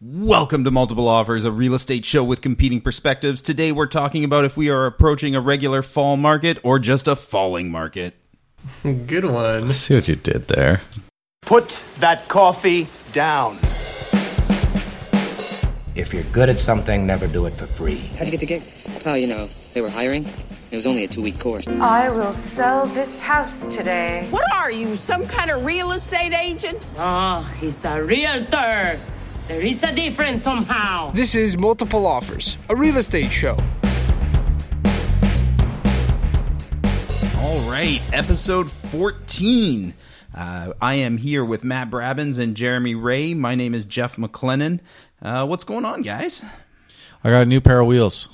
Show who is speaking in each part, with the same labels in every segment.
Speaker 1: Welcome to Multiple Offers, a real estate show with competing perspectives. Today we're talking about if we are approaching a regular fall market or just a falling market.
Speaker 2: Good one.
Speaker 3: See what you did there.
Speaker 4: Put that coffee down.
Speaker 5: If you're good at something, never do it for free.
Speaker 6: How'd you get the gig? Oh, you know, they were hiring. It was only a two week course.
Speaker 7: I will sell this house today.
Speaker 8: What are you, some kind of real estate agent?
Speaker 9: Ah, he's a realtor. There is a difference somehow.
Speaker 10: This is Multiple Offers, a real estate show.
Speaker 1: All right, episode 14. Uh, I am here with Matt Brabins and Jeremy Ray. My name is Jeff McLennan. Uh, what's going on, guys?
Speaker 3: I got a new pair of wheels.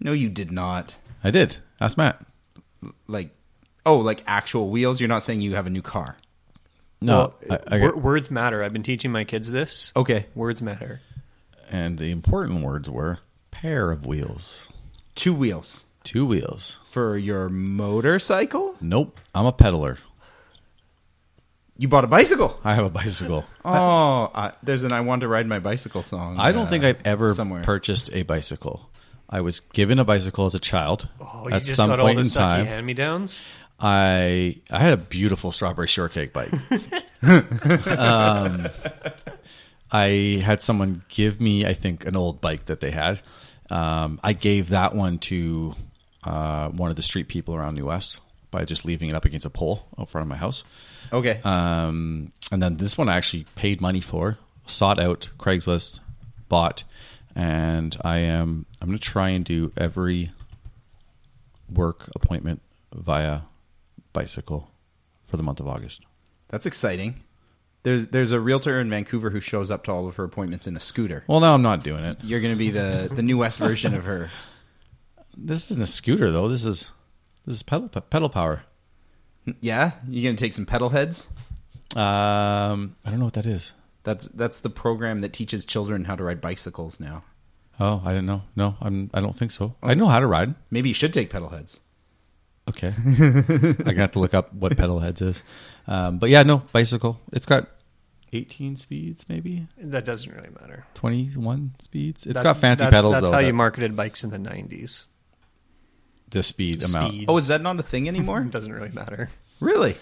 Speaker 1: No, you did not.
Speaker 3: I did. Ask Matt.
Speaker 1: Like, oh, like actual wheels? You're not saying you have a new car.
Speaker 3: No, I, I
Speaker 2: Wor-
Speaker 3: got,
Speaker 2: words matter. I've been teaching my kids this.
Speaker 1: Okay.
Speaker 2: Words matter.
Speaker 3: and the important words were pair of wheels,
Speaker 1: Two wheels
Speaker 3: two wheels.
Speaker 1: for your motorcycle?
Speaker 3: Nope, I'm a peddler.
Speaker 1: You bought a bicycle.
Speaker 3: I have a bicycle.
Speaker 1: Oh, I, there's an I Want to Ride My Bicycle song.
Speaker 3: I don't
Speaker 1: uh,
Speaker 3: think I've ever
Speaker 1: somewhere.
Speaker 3: purchased a bicycle. I was given a bicycle as a child.
Speaker 2: Oh, you
Speaker 3: At
Speaker 2: just
Speaker 3: some
Speaker 2: got all
Speaker 3: point
Speaker 2: the
Speaker 3: in
Speaker 2: sucky
Speaker 3: time,
Speaker 2: hand me downs.
Speaker 3: I I had a beautiful strawberry shortcake bike. um, I had someone give me, I think, an old bike that they had. Um, I gave that one to uh, one of the street people around New West by just leaving it up against a pole out front of my house.
Speaker 1: Okay.
Speaker 3: Um, and then this one I actually paid money for, sought out Craigslist, bought, and I am I'm gonna try and do every work appointment via bicycle for the month of August.
Speaker 1: That's exciting. There's there's a realtor in Vancouver who shows up to all of her appointments in a scooter.
Speaker 3: Well, no, I'm not doing it.
Speaker 1: You're going to be the the new West version of her.
Speaker 3: This isn't a scooter though. This is this is pedal pedal power.
Speaker 1: Yeah, you're going to take some pedal heads.
Speaker 3: Um, I don't know what that is.
Speaker 1: That's that's the program that teaches children how to ride bicycles now.
Speaker 3: Oh, I didn't know. No, I'm. I don't think so. I know how to ride.
Speaker 1: Maybe you should take pedal heads.
Speaker 3: Okay. I'm going to have to look up what pedal heads is. Um, but yeah, no, bicycle. It's got 18 speeds, maybe
Speaker 2: That doesn't really matter.
Speaker 3: 21 speeds. It's
Speaker 2: That-
Speaker 3: got fancy
Speaker 2: that's,
Speaker 3: pedals,
Speaker 2: That's
Speaker 3: though.
Speaker 2: how you
Speaker 3: that-
Speaker 2: marketed bikes in the 90s.
Speaker 3: the speed,
Speaker 2: Speed.
Speaker 3: amount.
Speaker 1: Oh, is that not a thing anymore?
Speaker 2: It doesn't really matter.
Speaker 1: really?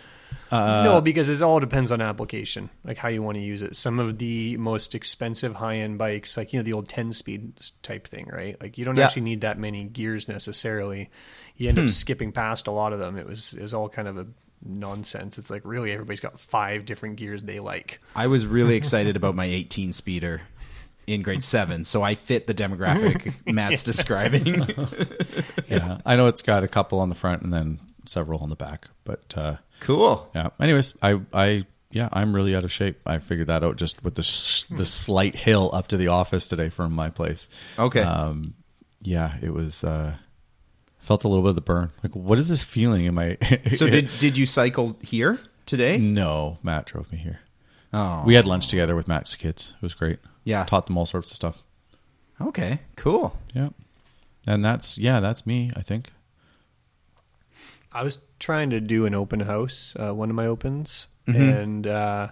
Speaker 2: no, because it all depends on application, like how you want to use it. Some of the most expensive high end bikes, like you know the old ten speed type thing, right? Like you don't
Speaker 1: Yeah.
Speaker 2: actually need that many gears necessarily. You end up skipping past a lot of them. It was it was all kind of a nonsense. It's like really everybody's got five different gears they like.
Speaker 1: I was really excited about my 18 speeder in grade 7, so I fit the demographic Matt's describing.
Speaker 3: Yeah. I know it's got a couple on the front and then several on the back. But uh,
Speaker 1: cool.
Speaker 3: yeah. Anyways, I, I, yeah, I'm really out of shape. I figured that out just with the, sh- the slight hill up to the office today from my place.
Speaker 1: Okay.
Speaker 3: um, yeah, it was. Uh, felt a little bit of the burn. Like, what is this feeling in my?
Speaker 1: so did did you cycle here today?
Speaker 3: no? Matt drove me here.
Speaker 1: Oh.
Speaker 3: We had lunch together with Matt's kids. It was great.
Speaker 1: Yeah.
Speaker 3: taught them all sorts of stuff.
Speaker 1: Okay. Cool.
Speaker 3: Yeah, and that's yeah, that's me. I think.
Speaker 2: I was trying to do an open house, uh, one of my opens,
Speaker 1: Mm-hmm.
Speaker 2: and uh,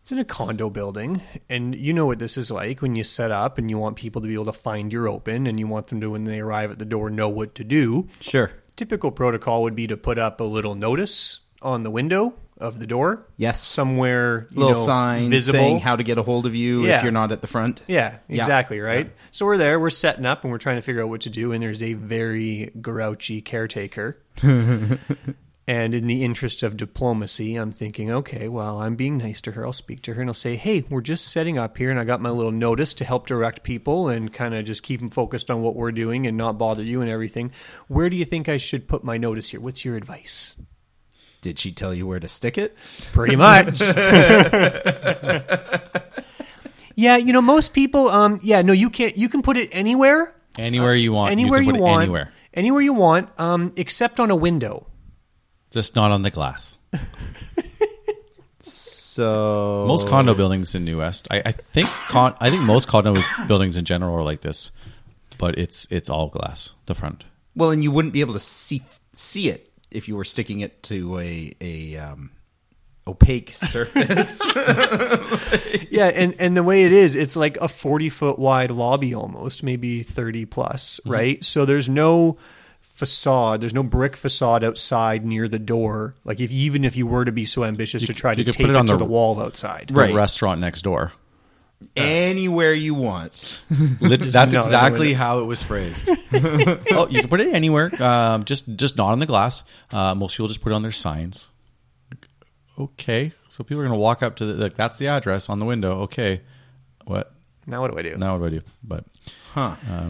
Speaker 2: it's in a condo building. And you know what this is like when you set up and you want people to be able to find your open and you want them to, when they arrive at the door, know what to do.
Speaker 1: Sure.
Speaker 2: Typical protocol would be to put up a little notice on the window of the door.
Speaker 1: Yes.
Speaker 2: Somewhere, you
Speaker 1: little
Speaker 2: know,
Speaker 1: sign
Speaker 2: visible.
Speaker 1: saying how to get a hold of you if
Speaker 2: Yeah.
Speaker 1: you're not at the front.
Speaker 2: Yeah,
Speaker 1: Yeah.
Speaker 2: exactly, right? So we're there, we're setting up, and we're trying to figure out what to do, and there's a very grouchy caretaker. and in the interest of diplomacy, I'm thinking, okay, well, I'm being nice to her. I'll speak to her and I'll say, hey, we're just setting up here, and I got my little notice to help direct people and kind of just keep them focused on what we're doing and not bother you and everything. Where do you think I should put my notice here? What's your advice?
Speaker 1: Did she tell you where to stick it?
Speaker 2: pretty much. yeah, you know, most people. Um, yeah, no, you can't. You can put it anywhere,
Speaker 3: Anywhere Uh, you want.
Speaker 2: anywhere
Speaker 3: you,
Speaker 2: you,
Speaker 3: can put it
Speaker 2: want,
Speaker 3: Anywhere.
Speaker 2: anywhere you want, um, except on a window.
Speaker 3: Just not on the glass.
Speaker 1: So
Speaker 3: Most condo buildings in New West. I, I think. Con- I think most condo buildings in general are like this, but it's it's all glass. The front.
Speaker 1: well, and you wouldn't be able to see see it if you were sticking it to a a um, opaque surface.
Speaker 2: Yeah, and, and the way it is, it's like a 40 foot wide lobby almost, maybe 30 plus, right? So there's no facade, there's no brick facade outside near the door. Like, if even if you were to be so ambitious to try
Speaker 3: you
Speaker 2: to
Speaker 3: could put
Speaker 2: tape
Speaker 3: it
Speaker 2: it,
Speaker 3: on
Speaker 2: to
Speaker 3: the-
Speaker 2: the wall outside.
Speaker 1: Right.
Speaker 3: The restaurant next door.
Speaker 1: Anywhere you want.
Speaker 3: Lit- That's
Speaker 2: no, no,
Speaker 3: exactly
Speaker 2: no.
Speaker 3: how it was phrased. oh, you can put it anywhere. Um, just just not on the glass. Uh, most people just put it on their signs. Okay, so people are going to walk up to the like that's the address on the window. Okay, what
Speaker 2: Now, what do I do?
Speaker 3: now? What do I do? But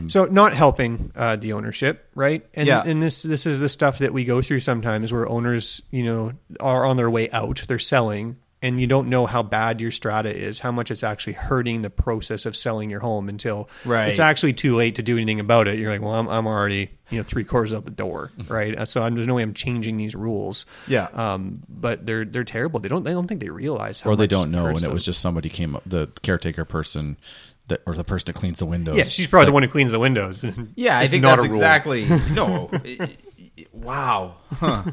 Speaker 2: So not helping uh, the ownership, right? And,
Speaker 1: Yeah.
Speaker 2: and this this is the stuff that we go through sometimes where owners, you know, are on their way out, they're selling, and you don't know how bad your strata is, how much it's actually hurting the process of selling your home until
Speaker 1: Right.
Speaker 2: it's actually too late to do anything about it. You're like, well, I'm, I'm already you know three quarters out the door, right? Uh, So I'm, there's no way I'm changing these rules.
Speaker 1: Yeah.
Speaker 2: Um, but they're they're terrible. They don't they don't think they realize how
Speaker 3: or they
Speaker 2: much
Speaker 3: don't know,
Speaker 2: hurts
Speaker 3: and it
Speaker 2: them.
Speaker 3: was just somebody came up, the caretaker person, that or the person that cleans the windows.
Speaker 2: yeah. She's probably the one who cleans the windows.
Speaker 1: Yeah, I
Speaker 2: It's
Speaker 1: think
Speaker 2: not
Speaker 1: that's
Speaker 2: a rule.
Speaker 1: exactly. No. It- it- it- wow. Huh.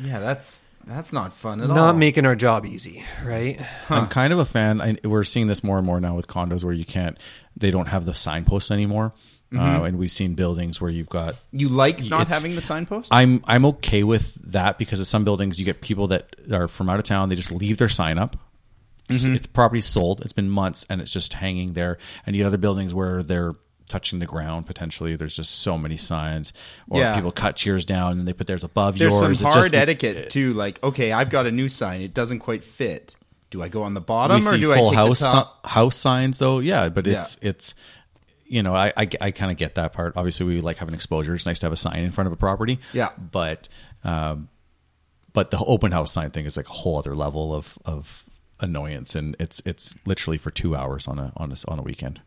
Speaker 1: Yeah, that's that's not fun at all.
Speaker 2: Not making our job easy, right?
Speaker 3: I'm kind of a fan. I, we're seeing this more and more now with condos where you can't, they don't have the signposts anymore.
Speaker 2: Mm-hmm.
Speaker 3: Uh, and we've seen buildings where you've got
Speaker 1: You like not
Speaker 3: It's-
Speaker 1: having the signpost?
Speaker 3: I'm I'm okay with that because at some buildings you get people that are from out of town. They just leave their sign up. It's,
Speaker 1: Mm-hmm.
Speaker 3: it's property sold. It's been months and it's just hanging there. And you get other buildings where they're touching the ground potentially. There's just so many signs, or
Speaker 1: Yeah.
Speaker 3: people cut yours down and they put theirs above
Speaker 1: There's
Speaker 3: yours.
Speaker 1: some
Speaker 3: It's
Speaker 1: hard
Speaker 3: just-
Speaker 1: etiquette too. Like, okay, I've got a new sign. It doesn't quite fit. Do I go on the
Speaker 3: We
Speaker 1: bottom or
Speaker 3: see
Speaker 1: do I
Speaker 3: full
Speaker 1: take
Speaker 3: house
Speaker 1: the top?
Speaker 3: house signs though. Yeah, but it's it's you know I I, kind of get that part. Obviously, we like having exposure. It's nice to have a sign in front of a property.
Speaker 1: Yeah.
Speaker 3: but um, but the open house sign thing is like a whole other level of of annoyance, and it's it's literally for two hours on a on a on a weekend.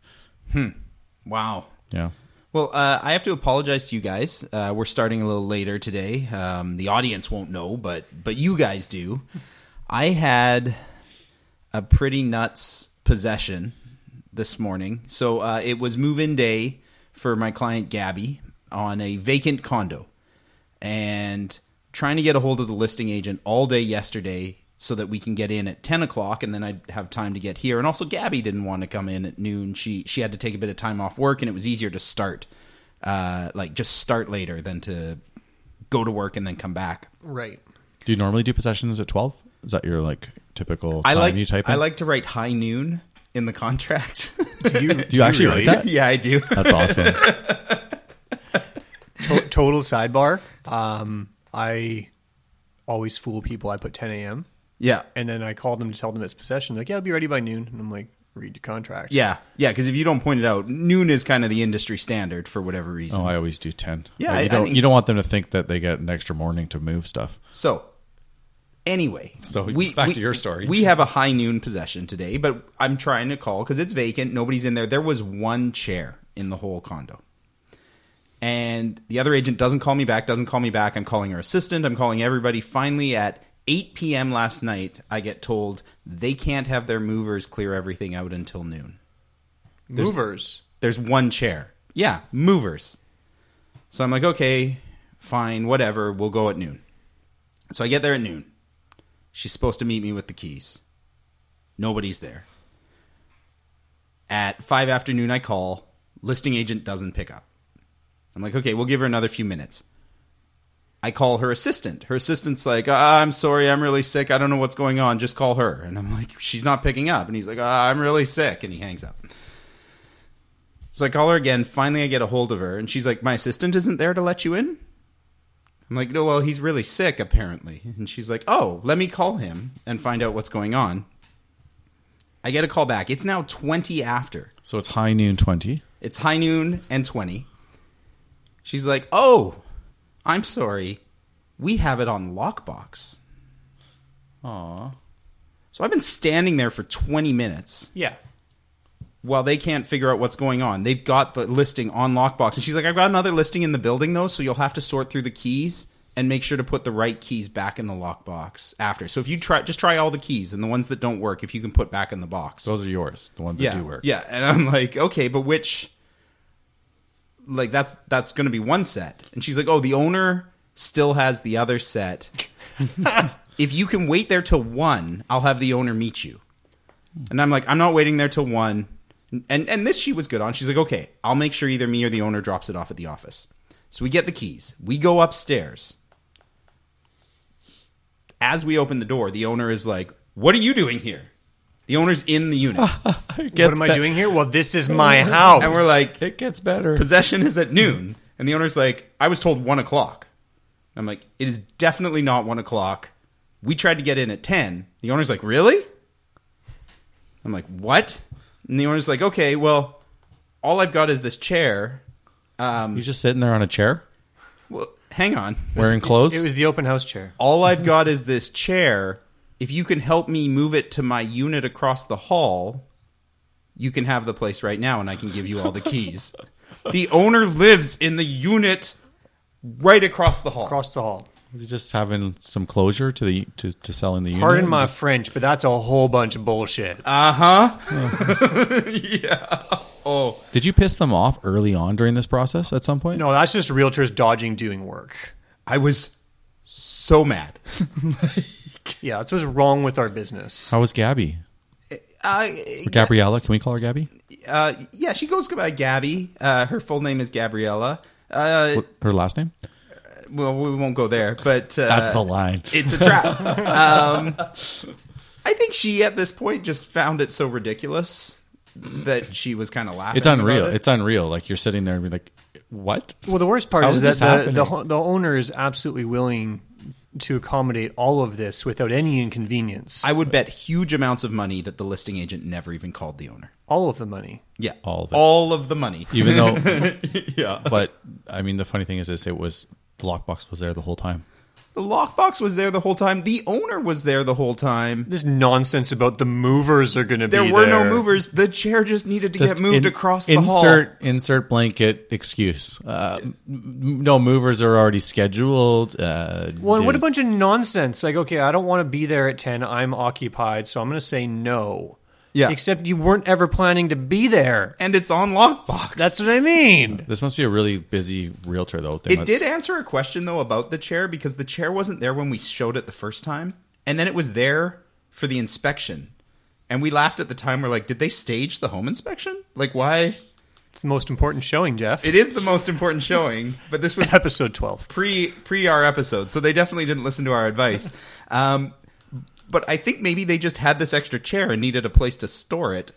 Speaker 1: Wow.
Speaker 3: Yeah.
Speaker 1: Well, uh, I have to apologize to you guys. Uh, we're starting a little later today. Um, the audience won't know, but but you guys do. I had a pretty nuts possession this morning. So uh, it was move-in day for my client Gabby on a vacant condo, and trying to get a hold of the listing agent all day yesterday so that we can get in at 10 o'clock and then i'd have time to get here and also gabby didn't want to come in at noon she she had to take a bit of time off work and it was easier to start uh, like just start later than to go to work and then come back
Speaker 2: Right.
Speaker 3: Do you normally do possessions at twelve? Is that your like typical
Speaker 1: i
Speaker 3: time
Speaker 1: like
Speaker 3: you type? In?
Speaker 1: i like to write high noon in the contract
Speaker 2: Do you,
Speaker 3: Do you actually like that?
Speaker 1: yeah i do
Speaker 3: That's awesome.
Speaker 2: to- total sidebar? Um, I always fool people. I put 10 a.m.
Speaker 1: yeah
Speaker 2: and then I call them to tell them it's possession. They're like, yeah, I'll be ready by noon. And I'm like, read your contract.
Speaker 1: yeah yeah because if you don't point it out noon is kind of the industry standard for whatever reason
Speaker 3: Oh, I always do ten.
Speaker 1: Yeah,
Speaker 3: Like,
Speaker 1: I-
Speaker 3: you
Speaker 1: I
Speaker 3: don't
Speaker 1: think-
Speaker 3: you don't want them to think that they get an extra morning to move stuff.
Speaker 1: So, anyway,
Speaker 3: So, back to your story.
Speaker 1: We have a high noon possession today, but I'm trying to call because it's vacant. Nobody's in there. There was one chair in the whole condo, and the other agent doesn't call me back. Doesn't call me back. I'm calling her assistant. I'm calling everybody. Finally, at 8 p.m. last night, I get told they can't have their movers clear everything out until noon.
Speaker 2: Movers.
Speaker 1: There's one chair. Yeah, movers. So I'm like, okay, fine, whatever. We'll go at noon. So I get there at noon. She's supposed to meet me with the keys. Nobody's there. At five afternoon, I call. Listing agent doesn't pick up. I'm like, okay, we'll give her another few minutes. I call her assistant. Her assistant's like, ah, I'm sorry, I'm really sick. I don't know what's going on. Just call her. And I'm like, she's not picking up. And he's like, ah, I'm really sick. And he hangs up. So I call her again. Finally, I get a hold of her, and she's like, "My assistant isn't there to let you in." I'm like, "No, well, he's really sick, apparently." And she's like, "Oh, let me call him and find out what's going on." I get a call back. It's now twenty after.
Speaker 3: So it's high noon twenty.
Speaker 1: It's high noon and twenty. She's like, "Oh, I'm sorry, we have it on lockbox."
Speaker 3: Aw.
Speaker 1: So I've been standing there for twenty minutes
Speaker 2: Yeah.
Speaker 1: while they can't figure out what's going on. They've got the listing on lockbox. And she's like, I've got another listing in the building though, so you'll have to sort through the keys and make sure to put the right keys back in the lockbox after. So if you try just try all the keys and the ones that don't work, if you can put back in the box.
Speaker 3: Those are yours, the ones
Speaker 1: yeah,
Speaker 3: that do work.
Speaker 1: Yeah. And I'm like, okay, but which like that's that's gonna be one set. And she's like, Oh, the owner still has the other set. if you can wait there till one, I'll have the owner meet you. And I'm like, I'm not waiting there till one. And and this she was good on. She's like, okay, I'll make sure either me or the owner drops it off at the office. So we get the keys. We go upstairs. As we open the door, the owner is like, "What are you doing here?" The owner's in the unit,
Speaker 2: What am I doing here? Well, this is my house.
Speaker 1: and we're like,
Speaker 3: It gets better.
Speaker 1: possession is at noon. And the owner's like, I was told one o'clock. I'm like, it is definitely not one o'clock. We tried to get in at 10. The owner's like, really? I'm like, what? And the owner's like, okay, well, all I've got is this chair.
Speaker 3: He's just sitting there on a chair
Speaker 1: Well, hang on.
Speaker 3: wearing clothes.
Speaker 2: it was the open house chair.
Speaker 1: All I've got is this chair. If you can help me move it to my unit across the hall, you can have the place right now and I can give you all the keys. the owner lives in the unit right across the hall.
Speaker 2: Across the hall.
Speaker 3: He's just having some closure to the to, to selling the unit.
Speaker 2: Pardon my French, but that's a whole bunch of bullshit.
Speaker 1: Uh,
Speaker 3: Did you piss them off early on during this process at some point?
Speaker 2: no, that's just realtors dodging doing work.
Speaker 1: I was so mad.
Speaker 2: Yeah, that's what's wrong with our business.
Speaker 3: How was Gabby?
Speaker 1: Uh,
Speaker 3: Or Gabriella? Can we call her Gabby?
Speaker 1: uh, yeah, she goes by Gabby. Uh, her full name is Gabriella. Uh,
Speaker 3: What- Her last name?
Speaker 1: well, we won't go there, but uh,
Speaker 3: That's the line.
Speaker 1: It's a trap. um, I think she at this point just found it so ridiculous that she was kind of laughing.
Speaker 3: It's unreal.
Speaker 1: about it.
Speaker 3: It's unreal. Like you're sitting there and be like, what?
Speaker 2: Well, the worst part
Speaker 3: How
Speaker 2: is,
Speaker 3: is this
Speaker 2: that the, the
Speaker 3: happening?
Speaker 2: ho- the owner is absolutely willing to accommodate all of this without any inconvenience.
Speaker 1: I would bet huge amounts of money that the listing agent never even called the owner.
Speaker 2: all of the money.
Speaker 1: Yeah,
Speaker 3: All of it.
Speaker 1: all of the money.
Speaker 3: Even though, yeah. But I mean, the funny thing is, is it was the lockbox was there the whole time.
Speaker 1: The lockbox was there the whole time. The owner was there the whole time.
Speaker 2: This nonsense about the movers are going to be
Speaker 1: There
Speaker 2: there.
Speaker 1: were no movers. The chair just needed to get moved
Speaker 3: in-
Speaker 1: across the
Speaker 3: insert,
Speaker 1: hall.
Speaker 3: Insert blanket excuse. Uh, m- m- no movers are already scheduled. Uh,
Speaker 2: Well, and what a
Speaker 3: there's-
Speaker 2: bunch of nonsense. Like, okay, I don't want to be there at 10. I'm occupied, so I'm going to say no.
Speaker 1: Yeah.
Speaker 2: Except you weren't ever planning to be there.
Speaker 1: and it's on lockbox.
Speaker 2: That's what I mean.
Speaker 3: This must be a really busy realtor, though. They
Speaker 1: it.
Speaker 3: must-
Speaker 1: Did answer a question though about the chair because the chair wasn't there when we showed it the first time, and then it was there for the inspection, and we laughed at the time. We're like, did they stage the home inspection? Like, why?
Speaker 2: It's the most important showing, Jeff.
Speaker 1: It is the most important showing, but this was
Speaker 2: Episode 12.
Speaker 1: pre pre our episode, so they definitely didn't listen to our advice. Um, but I think maybe they just had this extra chair and needed a place to store it.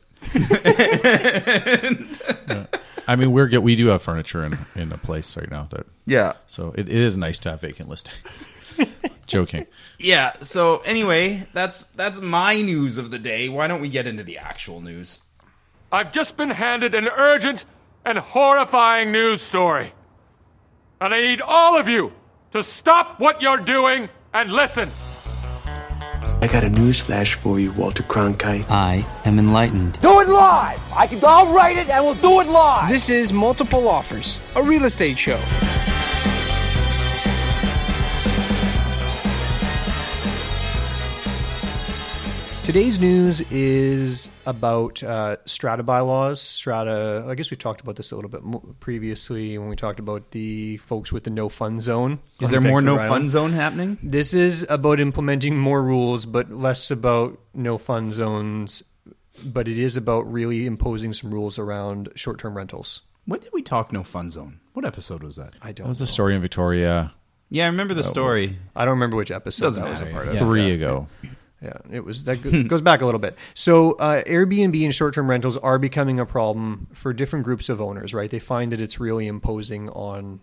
Speaker 3: I mean, we're get, we do have furniture in in a place right now that
Speaker 1: Yeah,
Speaker 3: so it, it is nice to have vacant listings. Joking.
Speaker 1: yeah. So anyway, that's that's my news of the day. Why don't we get into the actual news?
Speaker 11: I've just been handed an urgent and horrifying news story. And I need all of you to stop what you're doing and listen.
Speaker 4: I got a news flash for you, Walter Cronkite.
Speaker 6: I am enlightened.
Speaker 10: Do it live! I can, I'll write it and we'll do it live! This is Multiple Offers, a real estate show.
Speaker 2: Today's news is about uh, strata bylaws. Strata, I guess we talked about this a little bit mo- previously when we talked about the folks with the no fun zone.
Speaker 1: Is there more no fun zone happening?
Speaker 2: This is about implementing more rules, but less about no fun zones. But it is about really imposing some rules around short term rentals.
Speaker 1: When did we talk no fun zone? What episode was that? Oh,
Speaker 2: I don't.
Speaker 3: That was the story in Victoria
Speaker 1: Yeah, I remember the story.
Speaker 2: I don't remember which episode
Speaker 1: Doesn't
Speaker 2: that was a
Speaker 1: matter.
Speaker 2: part of.
Speaker 3: three ago.
Speaker 2: Yeah, it was that go- goes back a little bit. So uh, Airbnb and short-term rentals are becoming a problem for different groups of owners, right? They find that it's really imposing on.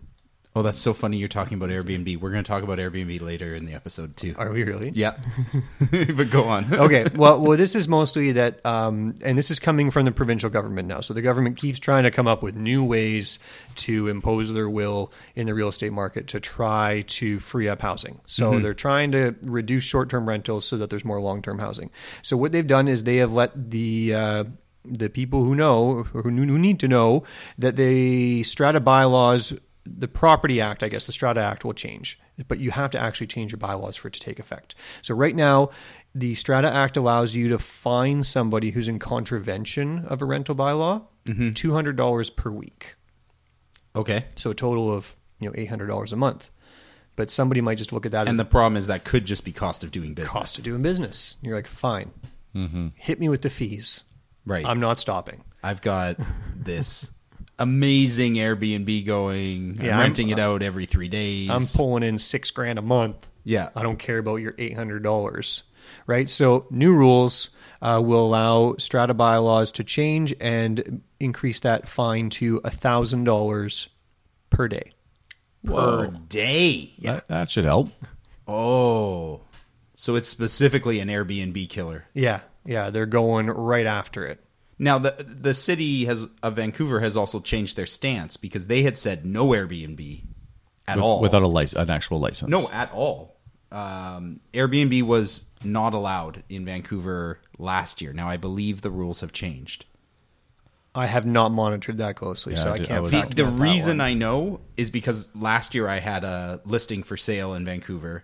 Speaker 1: Oh, that's so funny. You're talking about Airbnb. We're going to talk about Airbnb later in the episode too.
Speaker 2: Are we really?
Speaker 1: Yeah, but go on.
Speaker 2: okay. Well, well, this is mostly that, um, and this is coming from the provincial government now. So the government keeps trying to come up with new ways to impose their will in the real estate market to try to free up housing. So they're trying to reduce short-term rentals so that there's more long-term housing. So what they've done is they have let the uh, the people who know who, who need to know that the strata bylaws the property act i guess the strata act will change but you have to actually change your bylaws for it to take effect so right now the strata act allows you to fine somebody who's in contravention of a rental bylaw
Speaker 1: Mm-hmm.
Speaker 2: $200 per week
Speaker 1: Okay.
Speaker 2: so a total of you know $800 a month But somebody might just look at that
Speaker 1: And
Speaker 2: as
Speaker 1: the problem is that could just be cost of doing business.
Speaker 2: cost of doing business. And you're like, fine, hit me with the fees.
Speaker 1: Mm-hmm. Right.
Speaker 2: I'm not stopping.
Speaker 1: I've got this amazing Airbnb going. I'm
Speaker 2: Yeah, I'm-
Speaker 1: renting it out every three days.
Speaker 2: I'm pulling in six grand a month.
Speaker 1: Yeah.
Speaker 2: I don't care about your eight hundred dollars, right? So new rules uh, will allow strata bylaws to change and increase that fine to thousand dollars per day.
Speaker 1: per day.
Speaker 3: That, that should help.
Speaker 1: Oh, so it's specifically an Airbnb killer.
Speaker 2: Yeah, yeah, they're going right after it.
Speaker 1: Now the the city has of Vancouver has also changed their stance because they had said no Airbnb at
Speaker 3: With-
Speaker 1: all
Speaker 3: Without a license, an actual license.
Speaker 1: no at all. Um, Airbnb was not allowed in Vancouver last year. Now I believe the rules have changed.
Speaker 2: I have not monitored that closely,
Speaker 3: Yeah,
Speaker 2: so
Speaker 3: I
Speaker 2: I,
Speaker 3: did- I
Speaker 2: can't.
Speaker 3: was-
Speaker 1: the,
Speaker 2: fact
Speaker 1: the
Speaker 2: check that
Speaker 1: reason
Speaker 2: one.
Speaker 1: I know is because last year I had a listing for sale in Vancouver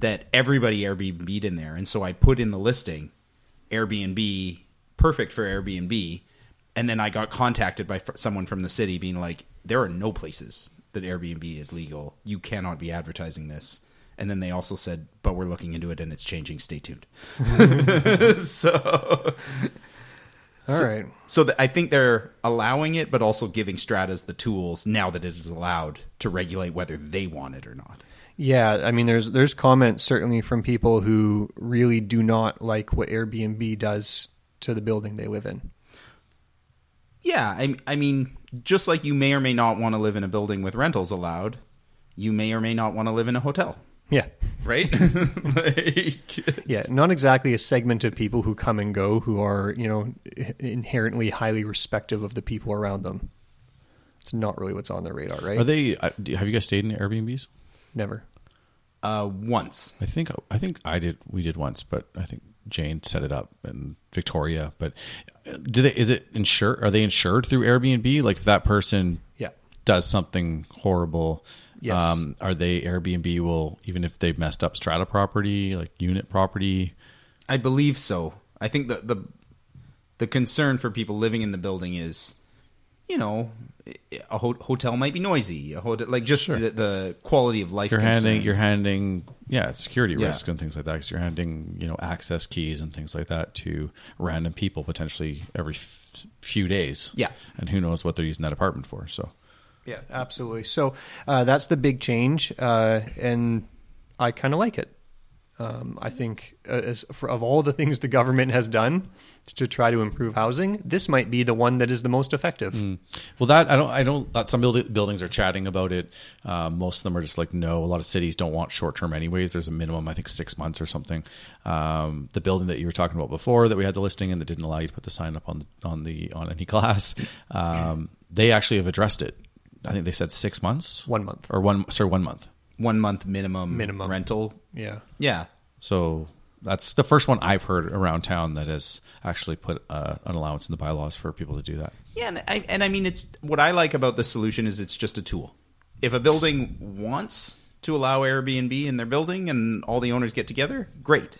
Speaker 1: that everybody Airbnb'd in there, and so I put in the listing Airbnb perfect for Airbnb, and then I got contacted by fr- someone from the city being like, "There are no places that Airbnb is legal. You cannot be advertising this." And then they also said, "But we're looking into it, and it's changing. Stay tuned." so
Speaker 2: all right,
Speaker 1: so that I think they're allowing it, but also giving Stratas the tools now that it is allowed to regulate whether they want it or not.
Speaker 2: yeah, I mean, there's there's comments certainly from people who really do not like what Airbnb does to the building they live in.
Speaker 1: Yeah, I, I mean, just like you may or may not want to live in a building with rentals allowed, you may or may not want to live in a hotel,
Speaker 2: Yeah,
Speaker 1: right? like,
Speaker 2: yeah, not exactly a segment of people who come and go who are you know inherently highly respective of the people around them. It's not really what's on their radar, right?
Speaker 3: Are they? uh, do- Have you guys stayed in Airbnbs?
Speaker 2: Never.
Speaker 1: uh, once.
Speaker 3: I think I think I did. We did once, but I think Jane set it up in Victoria. But uh, do they? Is it insured? Are they insured through Airbnb? Like if that person
Speaker 2: Yeah.
Speaker 3: does something horrible, um,
Speaker 2: Yes.
Speaker 3: are they Airbnb will even if they messed up strata property, like unit property?
Speaker 1: I believe so. I think the the the concern for people living in the building is, you know, a ho- hotel might be noisy. A hotel, like just the, the quality of life.
Speaker 3: You're handing you're
Speaker 1: concerns.
Speaker 3: handing yeah security
Speaker 1: Yeah.
Speaker 3: risk and things like that. Because you're handing you know access keys and things like that to random people potentially every f- few days.
Speaker 1: Yeah.
Speaker 3: and who knows what they're using that apartment for? So.
Speaker 2: Yeah, absolutely. So uh, that's the big change, uh, and I kind of like it. Um, I think uh, as for, of all the things the government has done to try to improve housing, this might be the one that is the most effective.
Speaker 3: Mm. Well, that I don't. I don't. That some build, buildings are chatting about it. Uh, most of them are just like, no. A lot of cities don't want short term, anyways. There's a minimum, I think, six months or something. Um, the building that you were talking about before that we had the listing and that didn't allow you to put the sign up on on the on any glass, um, they actually have addressed it. I think they said six months,
Speaker 2: One month.
Speaker 3: or one sorry, one month.
Speaker 1: one month minimum
Speaker 2: Minimum.
Speaker 1: rental.
Speaker 2: Yeah,
Speaker 1: Yeah.
Speaker 3: So that's the first one I've heard around town that has actually put uh, an allowance in the bylaws for people to do that.
Speaker 1: Yeah, and I, and I mean, it's what I like about this solution is it's just a tool. If a building wants to allow Airbnb in their building and all the owners get together, great.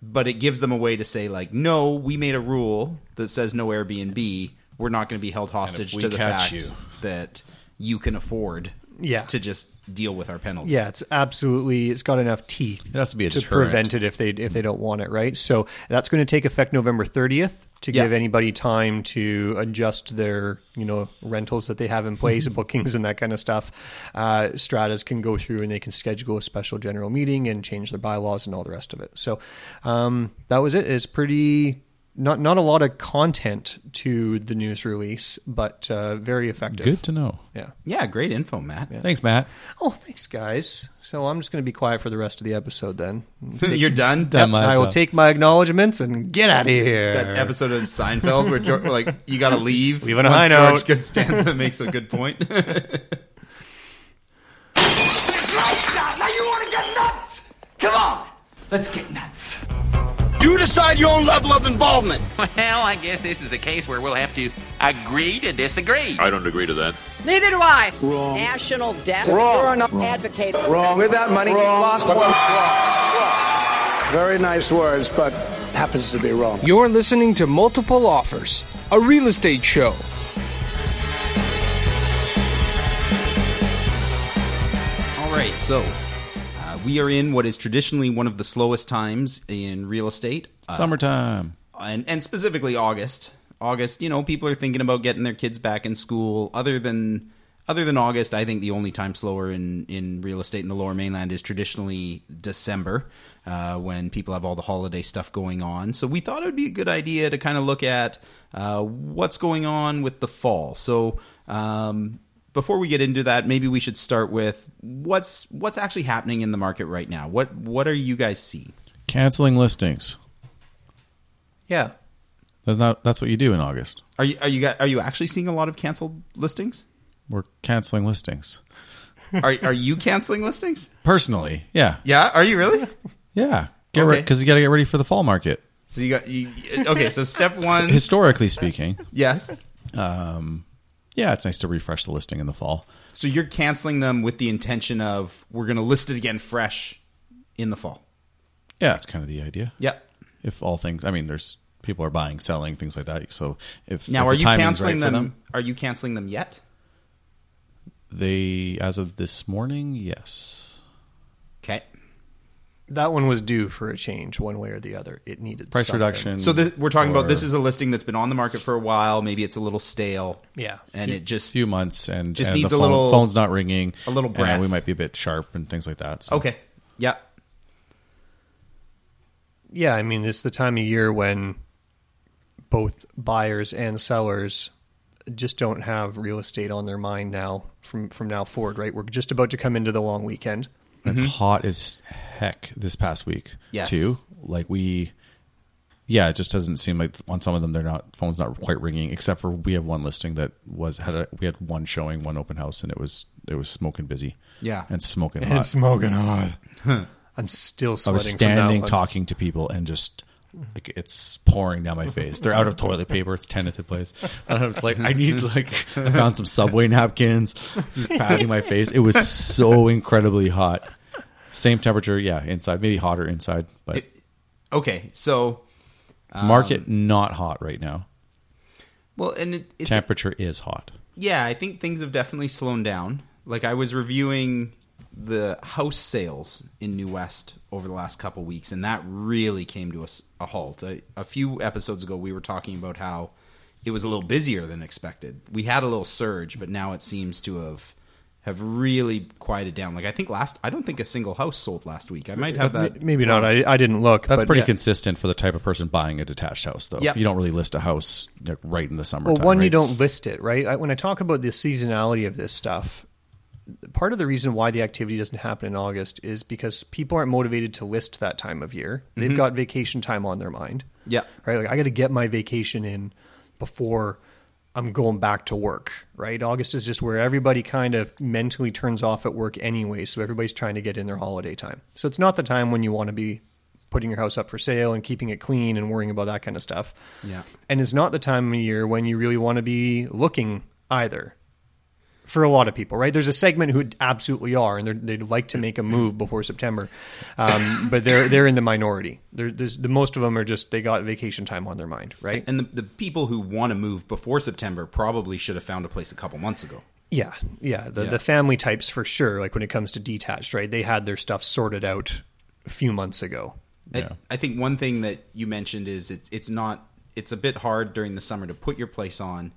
Speaker 1: But it gives them a way to say like, no, we made a rule that says no Airbnb. We're not going to be held hostage
Speaker 3: we
Speaker 1: to the fact
Speaker 3: catch you-
Speaker 1: that you can afford
Speaker 2: Yeah.
Speaker 1: to just deal with our penalty.
Speaker 2: yeah. It's absolutely. It's got enough teeth
Speaker 3: It has to be a
Speaker 2: to
Speaker 3: deterrent.
Speaker 2: prevent it if they if they don't want it, right? So that's going to take effect November thirtieth to
Speaker 1: Yeah.
Speaker 2: give anybody time to adjust their you know rentals that they have in place,
Speaker 3: Mm-hmm.
Speaker 2: bookings and that kind of stuff. Uh, Stratas can go through and they can schedule a special general meeting and change their bylaws and all the rest of it. So um, that was it. It's pretty. Not not a lot of content to the news release, but uh, very effective.
Speaker 3: Good to know.
Speaker 2: yeah.
Speaker 1: Yeah, great info, Matt.
Speaker 3: Thanks, Matt.
Speaker 2: Oh, thanks, guys. So I'm just going to be quiet for the rest of the episode then. Take-
Speaker 1: You're done.
Speaker 3: Done, Matt.
Speaker 2: I will
Speaker 3: job.
Speaker 2: take my acknowledgments and get out of here.
Speaker 1: that episode of Seinfeld where George, like you got to leave.
Speaker 2: Leave on a
Speaker 1: Once
Speaker 2: high
Speaker 1: George
Speaker 2: note.
Speaker 1: Costanza makes a good point.
Speaker 10: Now you want to get nuts? Come on, let's get nuts.
Speaker 4: You decide your own level of involvement.
Speaker 12: Well, I guess this is a case where we'll have to agree to disagree.
Speaker 11: I don't agree to that.
Speaker 8: Neither do I. Wrong. National debt. Wrong. You're an advocate.
Speaker 4: Wrong. With that money, lost.
Speaker 10: Very nice words, but happens to be wrong. You're listening to Multiple Offers, a real estate show.
Speaker 1: All right, so uh, we are in what is traditionally one of the slowest times in real estate. Uh,
Speaker 3: Summertime.
Speaker 1: and and specifically August. August, you know, people are thinking about getting their kids back in school. Other than other than August, I think the only time slower in in real estate in the Lower Mainland is traditionally December, uh, when people have all the holiday stuff going on. So we thought it would be a good idea to kind of look at uh, what's going on with the fall. So. Um, before we get into that, maybe we should start with what's what's actually happening in the market right now. What what are you guys seeing?
Speaker 3: Canceling listings.
Speaker 2: Yeah.
Speaker 3: That's not. That's what you do in August.
Speaker 1: Are you are you got, are you actually seeing a lot of canceled listings?
Speaker 3: We're canceling listings.
Speaker 1: Are are you canceling listings?
Speaker 3: Personally, yeah,
Speaker 1: Yeah, are you really?
Speaker 3: yeah. Get
Speaker 1: Okay.
Speaker 3: because you got to get ready for the fall market.
Speaker 1: So you got you okay? So step one,
Speaker 3: Historically speaking,
Speaker 1: yes.
Speaker 3: um, yeah, it's nice to refresh the listing in the fall.
Speaker 1: So you're canceling them with the intention of we're going to list it again fresh in the fall.
Speaker 3: Yeah, that's kind of the idea.
Speaker 1: Yep.
Speaker 3: If all things, I mean, there's people are buying, selling, things like that. So if
Speaker 1: Now, are
Speaker 3: if the
Speaker 1: you
Speaker 3: timing's
Speaker 1: canceling
Speaker 3: right for
Speaker 1: them, Are you canceling them yet?
Speaker 3: They as of this morning, yes.
Speaker 1: Okay.
Speaker 2: That one was due for a change, one way or the other. It needed
Speaker 3: Price
Speaker 2: something.
Speaker 3: reduction.
Speaker 1: So th- we're talking about
Speaker 3: Hmm. or
Speaker 1: this is a listing that's been on the market for a while. Maybe it's a little stale.
Speaker 2: Yeah.
Speaker 1: and it just
Speaker 3: few months and
Speaker 1: just
Speaker 3: and
Speaker 1: needs
Speaker 3: the
Speaker 1: a
Speaker 3: phone-
Speaker 1: little-
Speaker 3: phone's not ringing
Speaker 1: a little
Speaker 3: and
Speaker 1: breath.
Speaker 3: we might be a bit sharp and things like that. So.
Speaker 1: okay. Yep.
Speaker 2: Yeah, I mean, it's the time of year when both buyers and sellers just don't have real estate on their mind now from from now forward, right? We're just about to come into the long weekend.
Speaker 3: And it's hot as heck this past week
Speaker 1: Mm-hmm. Yes.
Speaker 3: too like we yeah it just doesn't seem like on some of them they're not phones not quite ringing except for we have one listing that was had a, we had one showing one open house and it was it was smoking busy
Speaker 1: Yeah.
Speaker 3: and smoking hot
Speaker 2: And smoking hot. I'm still
Speaker 3: i
Speaker 2: sweating.
Speaker 3: was
Speaker 2: from that
Speaker 3: standing
Speaker 2: one.
Speaker 3: talking to people and just like it's pouring down my face they're out of toilet paper it's a tenanted place and i was like i need like i found some subway napkins just patting my face it was so incredibly hot same temperature yeah inside maybe hotter inside but
Speaker 1: Okay. So
Speaker 2: um,
Speaker 3: market not hot right now
Speaker 1: well, and it, it's
Speaker 3: temperature is hot
Speaker 1: yeah, I think things have definitely slowed down. Like I was reviewing the house sales in New West over the last couple weeks, and that really came to a, s- a halt. A, a few episodes ago, we were talking about how it was a little busier than expected. We had a little surge, but now it seems to have have really quieted down. Like I think last, I don't think a single house sold last week. I might have that.
Speaker 2: Maybe not. I, I didn't look.
Speaker 3: that's
Speaker 2: but
Speaker 3: pretty
Speaker 2: yeah.
Speaker 3: consistent for the type of person buying a detached house though
Speaker 1: Yep.
Speaker 3: you don't really list a house like, right in the summertime
Speaker 2: Well, one, you
Speaker 3: right?
Speaker 2: don't list it, right? I, when I talk about the seasonality of this stuff, part of the reason why the activity doesn't happen in August is because people aren't motivated to list that time of year. They've got vacation time on their mind.
Speaker 1: Yeah.
Speaker 2: Right? Like, I got to get my vacation in before I'm going back to work, right? August is just where everybody kind of mentally turns off at work anyway. So everybody's trying to get in their holiday time. So it's not the time when you want to be putting your house up for sale and keeping it clean and worrying about that kind of stuff
Speaker 1: Yeah.
Speaker 2: and it's not the time of year when you really want to be looking either for a lot of people right there's a segment who absolutely are and they're- they'd like to make a move before september um, but they're they're in the minority There there's the most of them are just they got vacation time on their mind right
Speaker 1: And the, the people who want to move before September probably should have found a place a couple months ago.
Speaker 2: yeah yeah the,
Speaker 1: Yeah.
Speaker 2: the family types for sure like when it comes to detached right they had their stuff sorted out a few months ago
Speaker 1: I, I think one thing that you mentioned is it, it's not it's a bit hard during the summer to put your place on.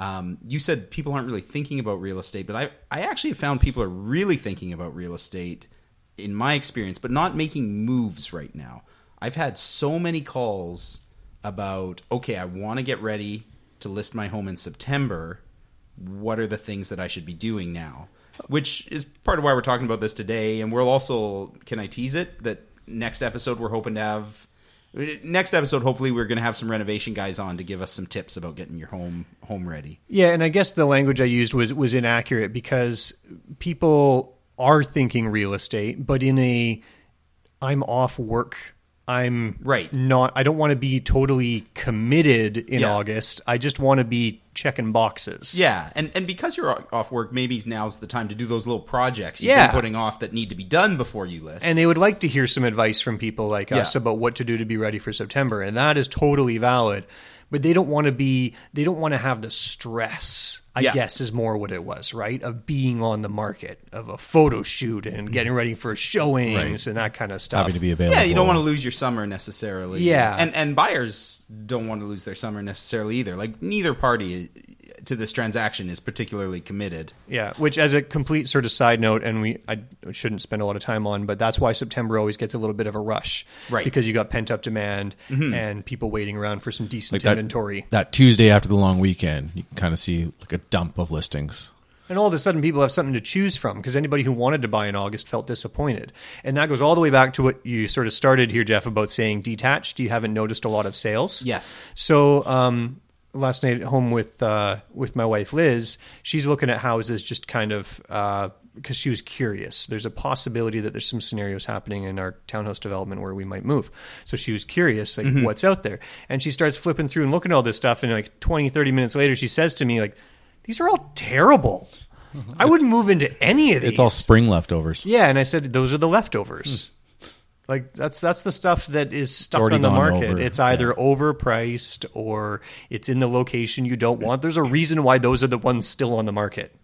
Speaker 1: Um, you said people aren't really thinking about real estate, but I I actually found people are really thinking about real estate in my experience, but not making moves right now. I've had so many calls about okay, I want to get ready to list my home in September. What are the things that I should be doing now? Which is part of why we're talking about this today, and we'll also can I tease it that next episode we're hoping to have next episode hopefully we're going to have some renovation guys on to give us some tips about getting your home home ready
Speaker 2: Yeah, and I guess the language I used was was inaccurate because people are thinking real estate, but in a I'm off work. I'm
Speaker 1: Right.
Speaker 2: Not. I don't want to be totally committed in
Speaker 1: Yeah.
Speaker 2: August. I just want to be checking boxes.
Speaker 1: yeah and and because you're o- off work maybe now's the time to do those little projects you've
Speaker 2: Yeah.
Speaker 1: been putting off that need to be done before you list
Speaker 2: And they would like to hear some advice from people like
Speaker 1: Yeah.
Speaker 2: us about what to do to be ready for September, and that is totally valid. but they don't want to be they don't want to have the stress i
Speaker 1: Yeah.
Speaker 2: guess is more what it was right of being on the market of a photo shoot and getting ready for showings
Speaker 1: Right.
Speaker 2: and that kind of stuff
Speaker 3: Having to be
Speaker 1: Yeah, you don't want to lose your summer necessarily.
Speaker 2: Yeah.
Speaker 1: and and buyers don't want to lose their summer necessarily either. Like neither party to this transaction is particularly committed.
Speaker 2: Yeah, which as a complete sort of side note, and we I shouldn't spend a lot of time on, but that's why September always gets a little bit of a rush,
Speaker 1: Right.
Speaker 2: Because you got pent up demand
Speaker 1: Mhm.
Speaker 2: and people waiting around for some decent
Speaker 3: that,
Speaker 2: inventory,
Speaker 3: that Tuesday after the long weekend, you can kind of see like a dump of listings.
Speaker 2: and all of a sudden people have something to choose from because anybody who wanted to buy in August felt disappointed, and that goes all the way back to what you sort of started here, Jeff, about saying detached. You haven't noticed a lot of sales,
Speaker 1: Yes.
Speaker 2: So um, last night at home with uh, with my wife Liz, she's looking at houses just kind of because she was curious. There's a possibility that there's some scenarios happening in our townhouse development where we might move. So she was curious, like
Speaker 13: Mhm.
Speaker 2: what's out there, and she starts flipping through and looking at all this stuff. And like 20, 30 minutes later, she says to me, like, "These are all terrible. I wouldn't move into any of these."
Speaker 3: It's all spring leftovers.
Speaker 2: Yeah, and I said those are the leftovers. Like that's that's the stuff that is stuck
Speaker 3: already
Speaker 2: on the
Speaker 3: gone
Speaker 2: market.
Speaker 3: over.
Speaker 2: It's either overpriced or it's in the location you don't want. There's a reason why those are the ones still on the market.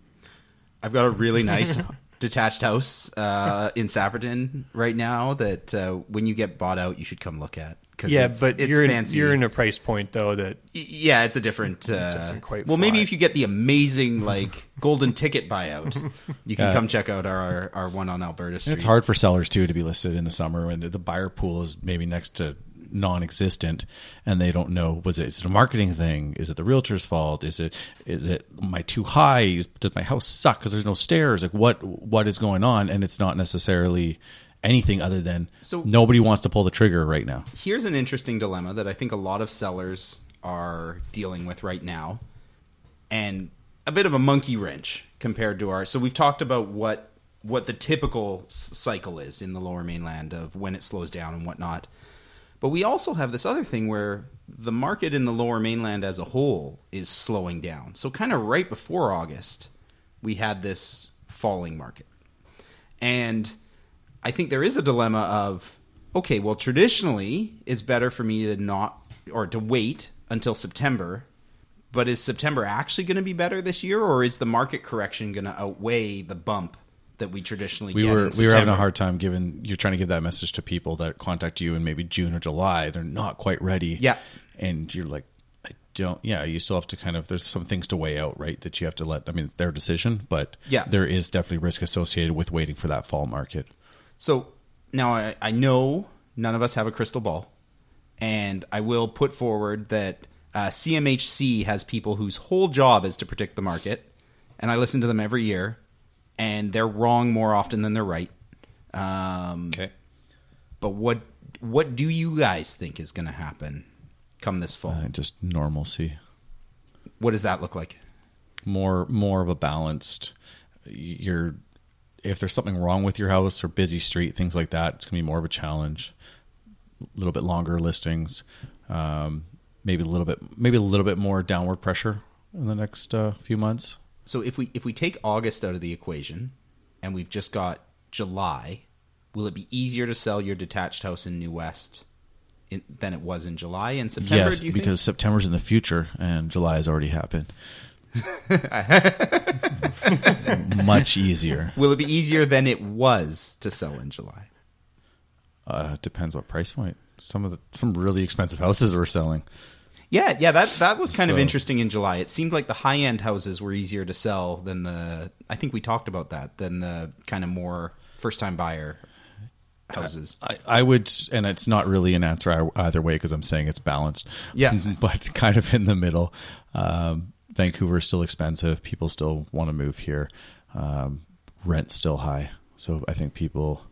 Speaker 1: I've got a really nice detached house uh, in Sapperton right now that uh, when you get bought out, you should come look at. 'cause
Speaker 2: Yeah,
Speaker 1: it's,
Speaker 2: but
Speaker 1: it's
Speaker 2: you're
Speaker 1: fancy.
Speaker 2: you're in a price point though that
Speaker 1: yeah, it's a different. Uh,
Speaker 2: doesn't quite
Speaker 1: well, maybe
Speaker 2: fly.
Speaker 1: if you get the amazing like golden ticket buyout, you can
Speaker 3: Yeah.
Speaker 1: come check out our our one on Alberta Street.
Speaker 3: And it's hard for sellers too to be listed in the summer when the buyer pool is maybe next to non-existent and they don't know was it is it a marketing thing is it the realtor's fault is it is it my too high Is- does my house suck because there's no stairs like what what is going on and it's not necessarily anything other than
Speaker 1: So-
Speaker 3: nobody wants to pull the trigger right now
Speaker 1: Here's an interesting dilemma that I think a lot of sellers are dealing with right now, and a bit of a monkey wrench compared to our. So we've talked about what what the typical s- cycle is in the Lower Mainland of when it slows down and whatnot, but we also have this other thing where the market in the Lower Mainland as a whole is slowing down. So kind of right before August, we had this falling market. And I think there is a dilemma of okay, well, traditionally it's better for me to not or to wait until September. But is September actually going to be better this year, or is the market correction going to outweigh the bump that we traditionally
Speaker 3: we
Speaker 1: get? in
Speaker 3: were we were having
Speaker 1: September?
Speaker 3: a hard time giving you're trying to give that message to people that contact you in maybe June or July they're not quite ready
Speaker 1: Yeah.
Speaker 3: and you're like I don't yeah you still have to kind of there's some things to weigh out right that you have to let I mean it's their decision but
Speaker 1: Yeah.
Speaker 3: there is definitely risk associated with waiting for that fall market
Speaker 1: So now I, I know none of us have a crystal ball, and I will put forward that uh, CMHC has people whose whole job is to predict the market, and I listen to them every year, and they're wrong more often than they're right. Um,
Speaker 3: okay,
Speaker 1: but what what do you guys think is going to happen come this fall?
Speaker 3: Uh, just normalcy
Speaker 1: What does that look like?
Speaker 3: more more of a balanced you're if there's something wrong with your house or busy street things like that it's going to be more of a challenge a little bit longer listings um, maybe a little bit maybe a little bit more downward pressure in the next uh, few months
Speaker 1: So if we if we take August out of the equation and we've just got July, will it be easier to sell your detached house in New West in, than it was in July and September?
Speaker 3: yes
Speaker 1: do you
Speaker 3: because september's in the future and july has already happened much easier
Speaker 1: think? will it be easier than it was to sell in July?
Speaker 3: uh, depends what price point some of the some really expensive houses we're selling
Speaker 1: Yeah, yeah, that that was kind of
Speaker 3: So-
Speaker 1: interesting in July. It seemed like the high end houses were easier to sell than the I think we talked about that than the kind of more first time buyer houses.
Speaker 3: I, I would, and it's not really an answer ei- either way because I'm saying it's balanced.
Speaker 1: Yeah.
Speaker 3: but kind of in the middle. Um, Vancouver's still expensive. People still want to move here. Um, rent's still high, so I think people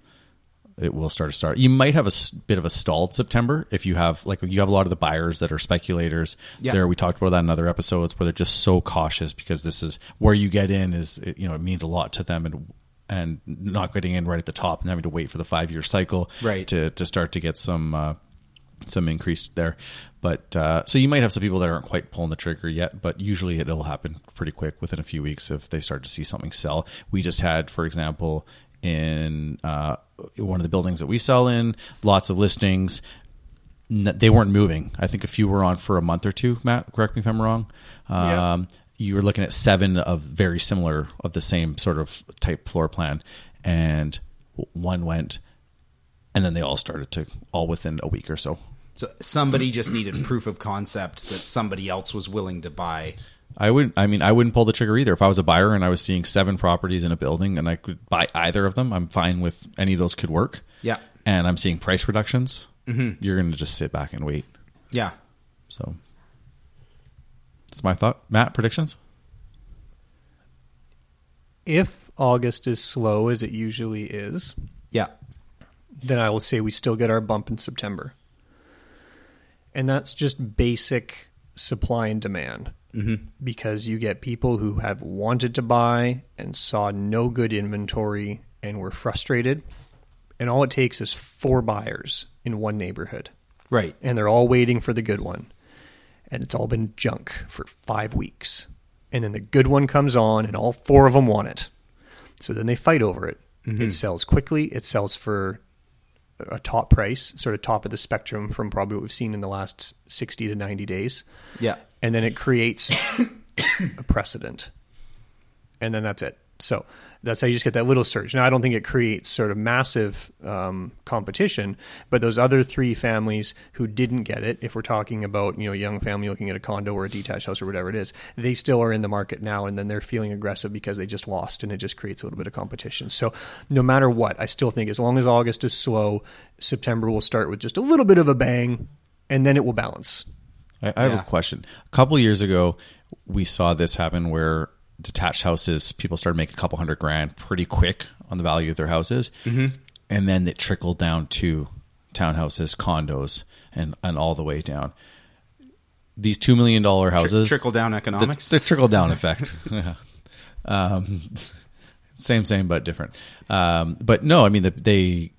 Speaker 3: it will start to start. You might have a s- bit of a stalled September if you have like you have a lot of the buyers that are speculators.
Speaker 1: Yeah.
Speaker 3: There, we talked about that in other episodes where they're just so cautious because this is where you get in is it- you know it means a lot to them and and not getting in right at the top and having to wait for the five year cycle
Speaker 1: Right.
Speaker 3: to to start to get some uh, some increase there. But uh, so you might have some people that aren't quite pulling the trigger yet, but usually it'll happen pretty quick within a few weeks if they start to see something sell. We just had, for example, in uh, one of the buildings that we sell in, lots of listings. n- they weren't moving. I think a few were on for a month or two. Matt, correct me if I'm wrong.
Speaker 2: Yeah.
Speaker 3: Um, You were looking at seven of very similar of the same sort of type floor plan, and w- one went, and then they all started to all within a week or so.
Speaker 1: So somebody just needed proof of concept that somebody else was willing to buy.
Speaker 3: I wouldn't. I mean, I wouldn't pull the trigger either. If I was a buyer and I was seeing seven properties in a building and I could buy either of them, I'm fine with any of those could work.
Speaker 1: Yeah.
Speaker 3: And I'm seeing price reductions.
Speaker 1: Mhm.
Speaker 3: You're going to just sit back and wait.
Speaker 1: Yeah.
Speaker 3: So that's my thought. Matt, predictions?
Speaker 2: If August is slow as it usually is,
Speaker 1: yeah,
Speaker 2: then I will say we still get our bump in September. And that's just basic supply and demand.
Speaker 1: Mhm.
Speaker 2: Because you get people who have wanted to buy and saw no good inventory and were frustrated. And all it takes is four buyers in one neighborhood.
Speaker 1: Right.
Speaker 2: And they're all waiting for the good one. And it's all been junk for five weeks. And then the good one comes on and all four of them want it. So then they fight over it. It sells quickly. It sells for a top price, sort of top of the spectrum from probably what we've seen in the last 60 to 90 days.
Speaker 1: Yeah.
Speaker 2: And then it creates a precedent. And then that's it. So that's how you just get that little surge. Now, I don't think it creates sort of massive um, competition, but those other three families who didn't get it, if we're talking about, you know, a young family looking at a condo or a detached house or whatever it is, they still are in the market now and then they're feeling aggressive because they just lost and it just creates a little bit of competition. So no matter what, I still think as long as August is slow, September will start with just a little bit of a bang and then it will balance.
Speaker 3: I, I have
Speaker 2: Yeah.
Speaker 3: a question. A couple years ago, we saw this happen where detached houses, people started making a couple hundred grand pretty quick on the value of their houses.
Speaker 1: Mhm.
Speaker 3: And then it trickled down to townhouses, condos, and, and all the way down. These $2 million houses.
Speaker 1: trickle down
Speaker 3: the-
Speaker 1: economics?
Speaker 3: The, trickle down effect. Yeah. um, same, same, but different. Um, but no, I mean, the, they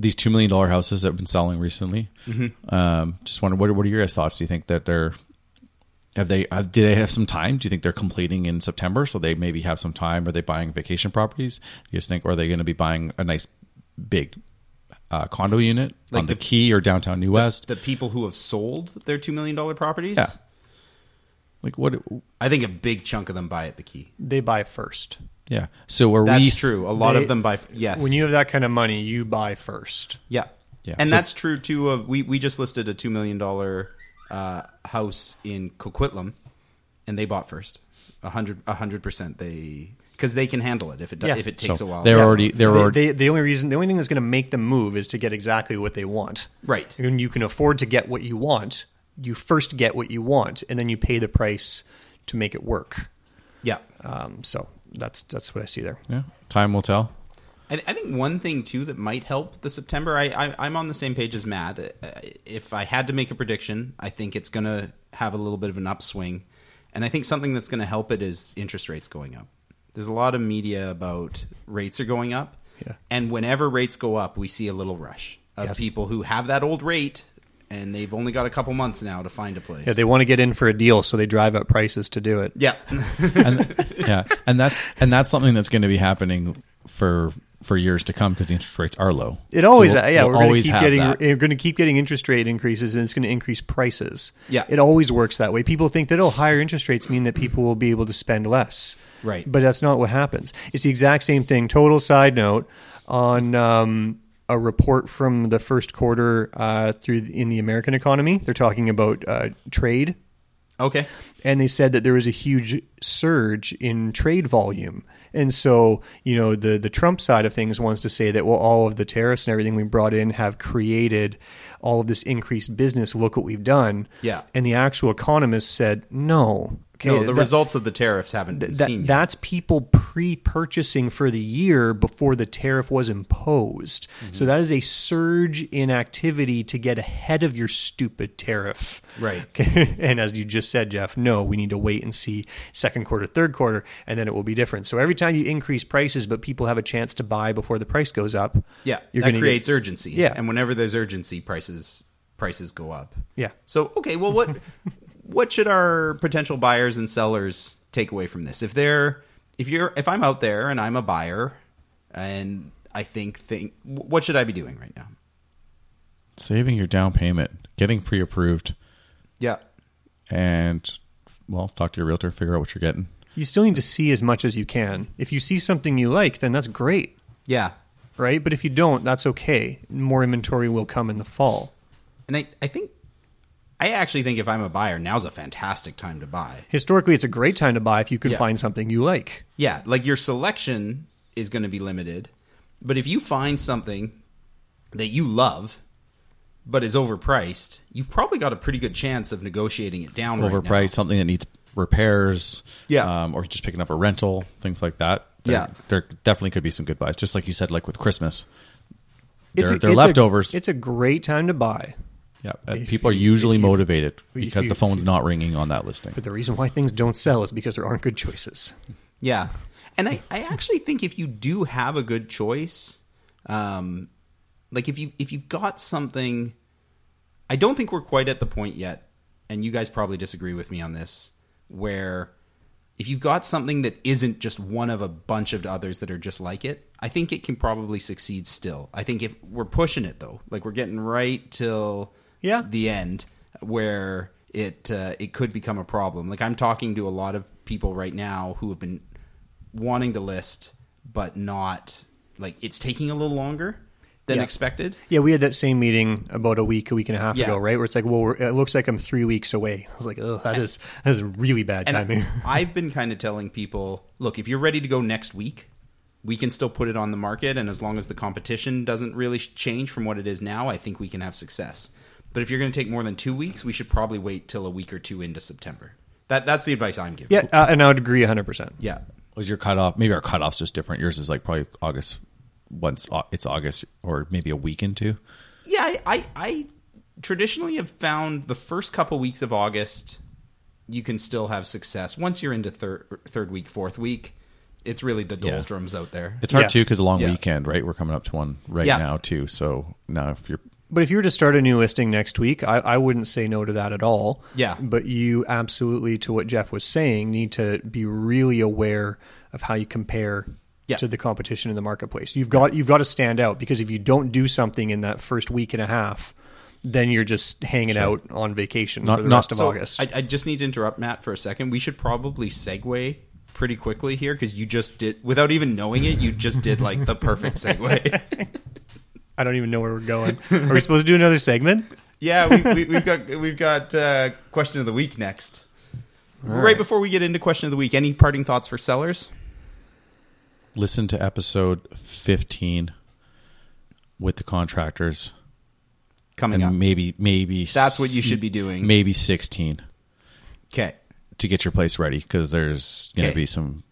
Speaker 3: these two million dollar houses that have been selling recently.
Speaker 1: Mhm.
Speaker 3: Um, just wondering what are, what are your guys' thoughts? Do you think that they're have they have, do they have some time? Do you think they're completing in September, so they maybe have some time? Are they buying vacation properties? Do you guys think or are they going to be buying a nice big uh, condo unit
Speaker 1: Like
Speaker 3: on the,
Speaker 1: the-
Speaker 3: Key or downtown New West?
Speaker 1: The people who have sold their two million dollar properties.
Speaker 3: Yeah. Like what?
Speaker 1: I think a big chunk of them buy at the key.
Speaker 2: They buy first.
Speaker 3: Yeah. So are
Speaker 1: that's
Speaker 3: we?
Speaker 1: true. A lot
Speaker 2: They-
Speaker 1: of them buy. f- Yes.
Speaker 2: When you have that kind of money, you buy first.
Speaker 1: Yeah.
Speaker 3: Yeah.
Speaker 1: And
Speaker 3: So-
Speaker 1: that's true too. Of we we just listed a two million dollar uh, house in Coquitlam, and they bought first. A hundred a hundred percent. They because they can handle it if it do- if it takes a while.
Speaker 3: they're already- they're
Speaker 2: they,
Speaker 3: already-
Speaker 2: they- the only reason the only thing that's going to make them move is to get exactly what they want.
Speaker 1: Right.
Speaker 2: And you can afford to get what you want. You first get what you want, and then you pay the price to make it work.
Speaker 1: Yeah.
Speaker 2: Um, so that's that's what I see there.
Speaker 3: Yeah. Time will tell.
Speaker 1: I, I think one thing too that might help the September. I, I I'm on the same page as Matt. Uh, If I had to make a prediction, I think it's going to have a little bit of an upswing, and I think something that's going to help it is interest rates going up. There's a lot of media about rates are going up,
Speaker 2: Yeah.
Speaker 1: and whenever rates go up, we see a little rush of
Speaker 2: Yes.
Speaker 1: people who have that old rate, and they've only got a couple months now to find a place.
Speaker 2: Yeah, they want to get in for a deal, so they drive up prices to do it.
Speaker 1: Yeah.
Speaker 3: and, yeah, and that's and that's something that's going to be happening for for years to come because the interest rates are low.
Speaker 2: It always, uh,
Speaker 3: So we'll-
Speaker 2: yeah,
Speaker 3: we'll
Speaker 2: we're going to
Speaker 3: always
Speaker 2: keep
Speaker 3: have
Speaker 2: getting, eh,
Speaker 3: that.
Speaker 2: we're going to keep getting interest rate increases, and it's going to increase prices.
Speaker 1: Yeah.
Speaker 2: it always works that way. People think that oh, higher interest rates mean that people will be able to spend less,
Speaker 1: Right.
Speaker 2: But that's not what happens. It's the exact same thing. Total side note on um, a report from the first quarter uh, through in the American economy. They're talking about uh, trade
Speaker 1: Okay.
Speaker 2: and they said that there was a huge surge in trade volume. And so, you know, the the Trump side of things wants to say that well, all of the tariffs and everything we brought in have created all of this increased business. Look what we've done.
Speaker 1: Yeah.
Speaker 2: And the actual economist said no.
Speaker 1: no, the
Speaker 2: that-
Speaker 1: results of the tariffs haven't been
Speaker 2: that,
Speaker 1: seen. Yet.
Speaker 2: that's people pre-purchasing for the year before the tariff was imposed.
Speaker 1: Mm-hmm.
Speaker 2: So that is a surge in activity to get ahead of your stupid tariff.
Speaker 1: Right.
Speaker 2: Okay. and as you just said, Jeff, no, we need to wait and see second quarter, third quarter, and then it will be different. So every time you increase prices, but people have a chance to buy before the price goes up.
Speaker 1: Yeah,
Speaker 2: you're
Speaker 1: that
Speaker 2: gonna
Speaker 1: creates
Speaker 2: get-
Speaker 1: urgency.
Speaker 2: Yeah.
Speaker 1: and whenever there's urgency, prices prices go up.
Speaker 2: Yeah.
Speaker 1: So okay, well, what what should our potential buyers and sellers take away from this? If they're if you're if I'm out there and I'm a buyer, and I think think what should I be doing right now?
Speaker 3: saving your down payment, getting pre approved.
Speaker 1: Yeah.
Speaker 3: And, well, talk to your realtor, figure out what you're getting.
Speaker 2: You still need to see as much as you can. If you see something you like, then that's great.
Speaker 1: Yeah.
Speaker 2: Right? But if you don't, that's okay. More inventory will come in the fall.
Speaker 1: And I, I think, I actually think if I'm a buyer, now's a fantastic time to buy.
Speaker 2: Historically, it's a great time to buy if you can
Speaker 1: Yeah.
Speaker 2: find something you like.
Speaker 1: Yeah, like your selection is going to be limited, but if you find something that you love but is overpriced, you've probably got a pretty good chance of negotiating it down. right now.
Speaker 3: Overpriced, something that needs repairs,
Speaker 1: Yeah.
Speaker 3: um, or just picking up a rental, things like that. There,
Speaker 1: Yeah.
Speaker 3: There definitely could be some good buys. Just like you said, like with Christmas.
Speaker 2: It's
Speaker 3: They're,
Speaker 2: a-
Speaker 3: they're
Speaker 2: it's a-
Speaker 3: leftovers.
Speaker 2: it's a great time to buy.
Speaker 3: yeah. and
Speaker 2: if
Speaker 3: people are
Speaker 2: you-
Speaker 3: usually
Speaker 2: if you-
Speaker 3: motivated
Speaker 2: if
Speaker 3: because
Speaker 2: you-
Speaker 3: the phone's not ringing on that listing.
Speaker 2: But the reason why things don't sell is because there aren't good choices.
Speaker 1: Yeah. And I, I actually think if you do have a good choice, um, like if you if you've got something I don't think we're quite at the point yet, and you guys probably disagree with me on this, where if you've got something that isn't just one of a bunch of others that are just like it, I think it can probably succeed still. I think if we're pushing it though, like we're getting right till
Speaker 2: Yeah.
Speaker 1: the end where it uh, it could become a problem. Like I'm talking to a lot of people right now who have been wanting to list but not like it's taking a little longer than
Speaker 2: Yeah.
Speaker 1: expected.
Speaker 2: Yeah, we had that same meeting about a week, a week and a half
Speaker 1: Yeah.
Speaker 2: ago, right? Where it's like, well, we're, it looks like I'm three weeks away. I was like, oh, that is that is really bad
Speaker 1: And
Speaker 2: timing.
Speaker 1: I, have been kind of telling people, look, if you're ready to go next week, we can still put it on the market, and as long as the competition doesn't really sh- change from what it is now, I think we can have success. But if you're going to take more than two weeks, we should probably wait till a week or two into September. That that's the advice I'm giving.
Speaker 2: yeah, uh, and I would agree 100. percent
Speaker 1: yeah,
Speaker 3: was your cutoff? Maybe our cutoff's just different. Yours is like probably August. Once au- it's August, or maybe a week into.
Speaker 1: yeah. I, I I traditionally have found the first couple weeks of August, you can still have success. Once you're into third third week, fourth week, it's really the
Speaker 3: Yeah.
Speaker 1: doldrums out there.
Speaker 3: It's hard
Speaker 2: Yeah.
Speaker 3: too because a long
Speaker 1: Yeah.
Speaker 3: weekend, right? We're coming up to one right
Speaker 1: Yeah.
Speaker 3: now too. So now if you're
Speaker 2: But if you were to start a new listing next week, I, I wouldn't say no to that at all.
Speaker 1: Yeah.
Speaker 2: But you absolutely, to what Jeff was saying, need to be really aware of how you compare
Speaker 1: Yeah.
Speaker 2: to the competition in the marketplace. You've got you've got to stand out because if you don't do something in that first week and a half, then you're just hanging out on vacation
Speaker 3: Not-
Speaker 2: for the
Speaker 3: not-
Speaker 2: rest of
Speaker 1: So,
Speaker 2: August.
Speaker 1: I, I just need to interrupt Matt for a second. We should probably segue pretty quickly here because you just did, without even knowing it, you just did like the perfect segue.
Speaker 2: I don't even know where we're going. Are we supposed to do another segment?
Speaker 1: yeah, we, we, we've got we've got uh, question of the week next. Right. before we get into question of the week, any parting thoughts for sellers?
Speaker 3: listen to episode fifteen with the contractors,
Speaker 1: Coming
Speaker 3: and
Speaker 1: up,
Speaker 3: maybe maybe
Speaker 1: That's what you
Speaker 3: s-
Speaker 1: should be doing.
Speaker 3: Maybe sixteen
Speaker 1: okay,
Speaker 3: to get your place ready because there's going to
Speaker 1: Okay.
Speaker 3: be some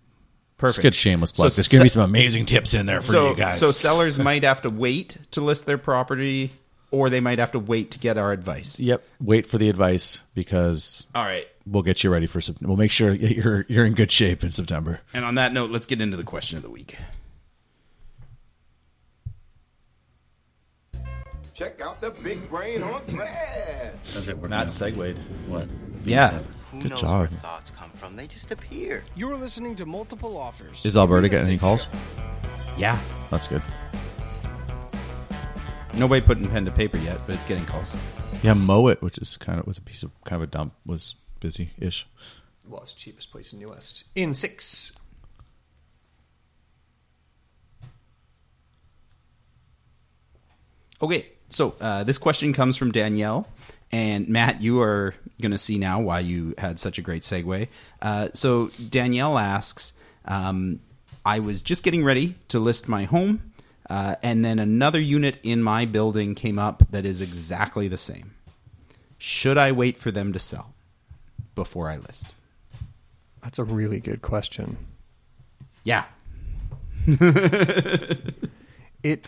Speaker 1: perfect.
Speaker 3: It's good shameless
Speaker 1: So
Speaker 3: plug. There's going to be
Speaker 1: se-
Speaker 3: some amazing tips in there for
Speaker 1: so,
Speaker 3: you guys.
Speaker 1: so sellers might have to wait to list their property, or they might have to wait to get our advice.
Speaker 3: yep, wait for the advice because
Speaker 1: All right,
Speaker 3: we'll get you ready for. Sep- We'll make sure that you're you're in good shape in September.
Speaker 1: and on that note, let's get into the question of the week.
Speaker 13: Check out the big brain on Brad.
Speaker 14: Does it work?
Speaker 3: Matt segued.
Speaker 14: What?
Speaker 1: Yeah.
Speaker 14: Who
Speaker 3: Good
Speaker 14: knows
Speaker 3: job.
Speaker 14: where thoughts come from? They just appear.
Speaker 10: You're listening to multiple offers.
Speaker 3: Is Alberta getting any calls?
Speaker 1: Yeah.
Speaker 3: That's good.
Speaker 1: Nobody putting pen to paper yet, but it's getting calls.
Speaker 3: Yeah, Mowat, which is kind of was a piece of kind of a dump, was busy ish.
Speaker 2: Well, it's the cheapest place in the West. In six.
Speaker 1: Okay, so uh, this question comes from Danielle, and Matt, you are going to see now why you had such a great segue. Uh, so Danielle asks, um, I was just getting ready to list my home, uh, and then another unit in my building came up that is exactly the same. Should I wait for them to sell before I list?
Speaker 2: That's a really good question.
Speaker 1: Yeah,
Speaker 2: It.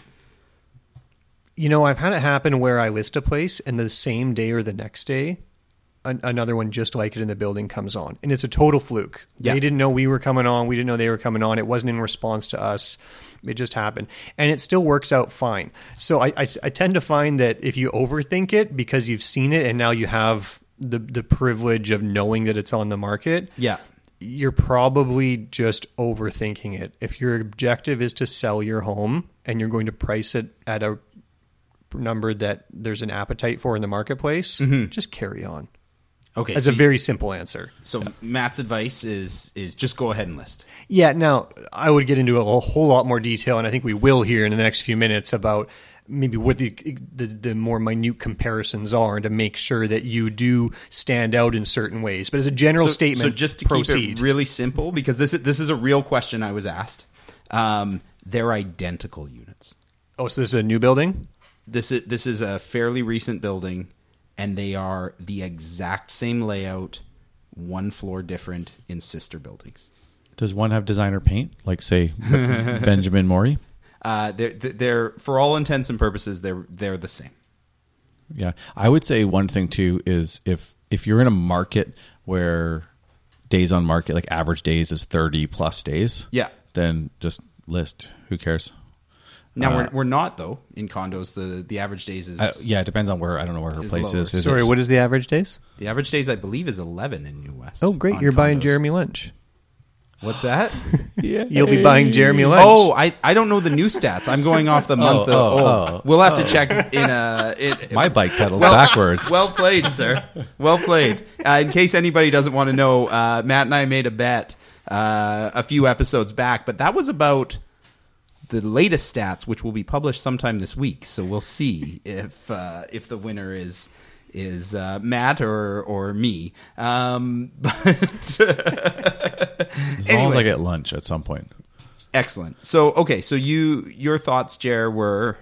Speaker 2: You know, I've had it happen where I list a place, and the same day or the next day, an- another one just like it in the building comes on, and it's a total fluke.
Speaker 1: Yeah.
Speaker 2: They didn't know we were coming on. We didn't know they were coming on. It wasn't in response to us. It just happened, and it still works out fine. So I, I s- I tend to find that if you overthink it because you've seen it, and now you have the the privilege of knowing that it's on the market,
Speaker 1: yeah,
Speaker 2: you're probably just overthinking it. If your objective is to sell your home and you're going to price it at a number that there's an appetite for in the marketplace, just carry on.
Speaker 1: Okay,
Speaker 2: As
Speaker 1: so
Speaker 2: a
Speaker 1: Mm-hmm. you-
Speaker 2: very simple answer.
Speaker 1: So Matt's advice is is just go ahead and list.
Speaker 2: Yeah, now I would get into a whole lot more detail, and I think we will here in the next few minutes about maybe what the the, the more minute comparisons are, and to make sure that you do stand out in certain ways. But as a general
Speaker 1: So- So
Speaker 2: statement,
Speaker 1: just to
Speaker 2: proceed.
Speaker 1: keep it really simple, because this is, this is a real question I was asked. Um, they're identical units.
Speaker 2: oh, so this is a new building.
Speaker 1: This is this is a fairly recent building, and they are the exact same layout, one floor different in sister buildings.
Speaker 3: Does one have designer paint, like say Benjamin Mori?
Speaker 1: Uh, they're they're for all intents and purposes they're they're the same.
Speaker 3: Yeah, I would say one thing too is if if you're in a market where days on market, like average days, is thirty plus days.
Speaker 1: Yeah.
Speaker 3: then just list. Who cares?
Speaker 1: Now
Speaker 3: Uh,
Speaker 1: we're, we're not though in condos. The the average days is
Speaker 3: uh, yeah, it depends on where. I don't know where her
Speaker 1: is
Speaker 3: place
Speaker 1: lower.
Speaker 3: is. Is
Speaker 2: Sorry,
Speaker 3: it-
Speaker 2: what is the average days?
Speaker 1: The average days I believe is eleven in New West.
Speaker 2: Oh, great!
Speaker 1: on
Speaker 2: You're buying
Speaker 1: condos.
Speaker 2: Jeremy Lynch.
Speaker 1: What's that?
Speaker 3: yeah,
Speaker 2: You'll be buying Jeremy Lynch.
Speaker 1: Oh, I, I don't know the new stats. I'm going off the month of
Speaker 3: Oh, oh,
Speaker 1: old.
Speaker 3: oh,
Speaker 1: we'll have
Speaker 3: oh.
Speaker 1: to check in a. It,
Speaker 3: My bike pedals
Speaker 1: Well-
Speaker 3: backwards.
Speaker 1: Well played, sir. Well played. Uh, in case anybody doesn't want to know, uh, Matt and I made a bet uh, a few episodes back, but that was about the latest stats, which will be published sometime this week. So we'll see if uh, if the winner is. Is uh, Matt or or me? Um, but
Speaker 3: As long as I get lunch at some point,
Speaker 1: Excellent. So okay, so you your thoughts, Jer, were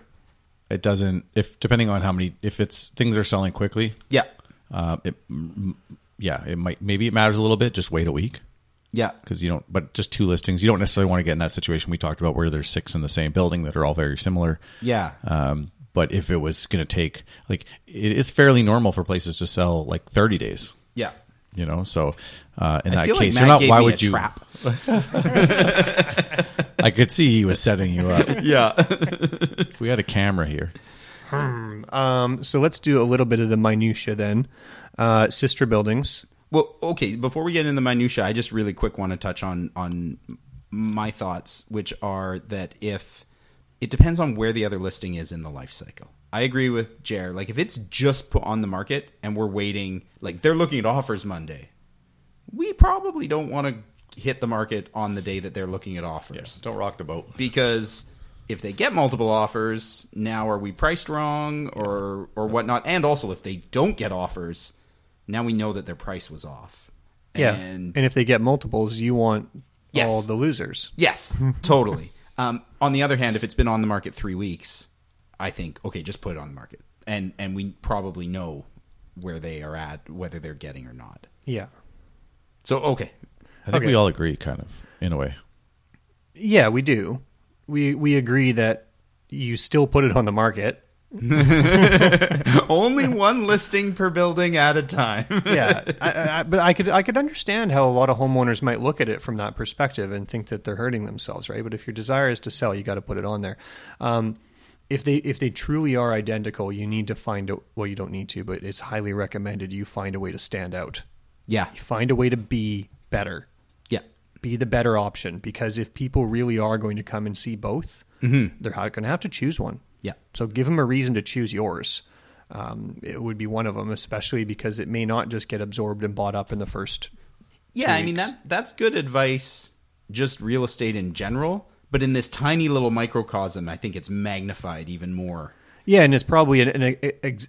Speaker 3: it doesn't. If depending on how many, if it's things are selling quickly,
Speaker 1: Yeah.
Speaker 3: uh, it m- yeah, it might maybe it matters a little bit. Just wait a week.
Speaker 1: Yeah.
Speaker 3: because you don't. But just two listings, you don't necessarily want to get in that situation we talked about where there's six in the same building that are all very similar.
Speaker 1: Yeah.
Speaker 3: Um, but if it was going to take like it is fairly normal for places to sell like 30 days.
Speaker 1: Yeah.
Speaker 3: You know, so uh, in
Speaker 1: I
Speaker 3: that
Speaker 1: feel like
Speaker 3: case,
Speaker 1: Matt
Speaker 3: you're not.
Speaker 1: gave
Speaker 3: Why
Speaker 1: me
Speaker 3: would
Speaker 1: a
Speaker 3: you?
Speaker 1: trap.
Speaker 3: I could see he was setting you up.
Speaker 1: Yeah.
Speaker 3: if we had a camera here.
Speaker 2: Hmm. Um, so let's do a little bit of the minutia then. Uh, sister buildings.
Speaker 1: well, okay. Before we get into the minutia, I just really quick want to touch on on my thoughts, which are that if it depends on where the other listing is in the life cycle. I agree with Jer. Like if it's just put on the market and we're waiting, like they're looking at offers Monday, we probably don't want to hit the market on the day that they're looking at offers.
Speaker 3: don't rock the boat.
Speaker 1: because if they get multiple offers, now are we priced wrong or or whatnot? And also, if they don't get offers, now we know that their price was off.
Speaker 2: Yeah.
Speaker 1: And-
Speaker 2: And, if they get multiples, you want
Speaker 1: Yes.
Speaker 2: all the losers.
Speaker 1: Yes, totally. Um, on the other hand, if it's been on the market three weeks, I think okay, just put it on the market, and and we probably know where they are at, whether they're getting or not.
Speaker 2: Yeah.
Speaker 1: So okay,
Speaker 3: I think
Speaker 2: Okay.
Speaker 3: we all agree, kind of, in a way.
Speaker 2: Yeah, we do. We we agree that you still put it on the market.
Speaker 1: only one listing per building at a time.
Speaker 2: Yeah, I, I, I- but I could I could understand how a lot of homeowners might look at it from that perspective and think that they're hurting themselves, right? But if your desire is to sell, you got to put it on there. Um, if they if they truly are identical, you need to find a well, you don't need to, but it's highly recommended you find a way to stand out.
Speaker 1: Yeah.
Speaker 2: You find a way to be better.
Speaker 1: Yeah.
Speaker 2: Be the better option because if people really are going to come and see both,
Speaker 1: Mhm.
Speaker 2: they're going to have to choose one.
Speaker 1: Yeah.
Speaker 2: So give them a reason to choose yours. Um, it would be one of them, especially because it may not just get absorbed and bought up in the first.
Speaker 1: Yeah,
Speaker 2: two
Speaker 1: I mean
Speaker 2: weeks.
Speaker 1: that that's good advice just real estate in general, but in this tiny little microcosm, I think it's magnified even more.
Speaker 2: Yeah, and it's probably an, an ex-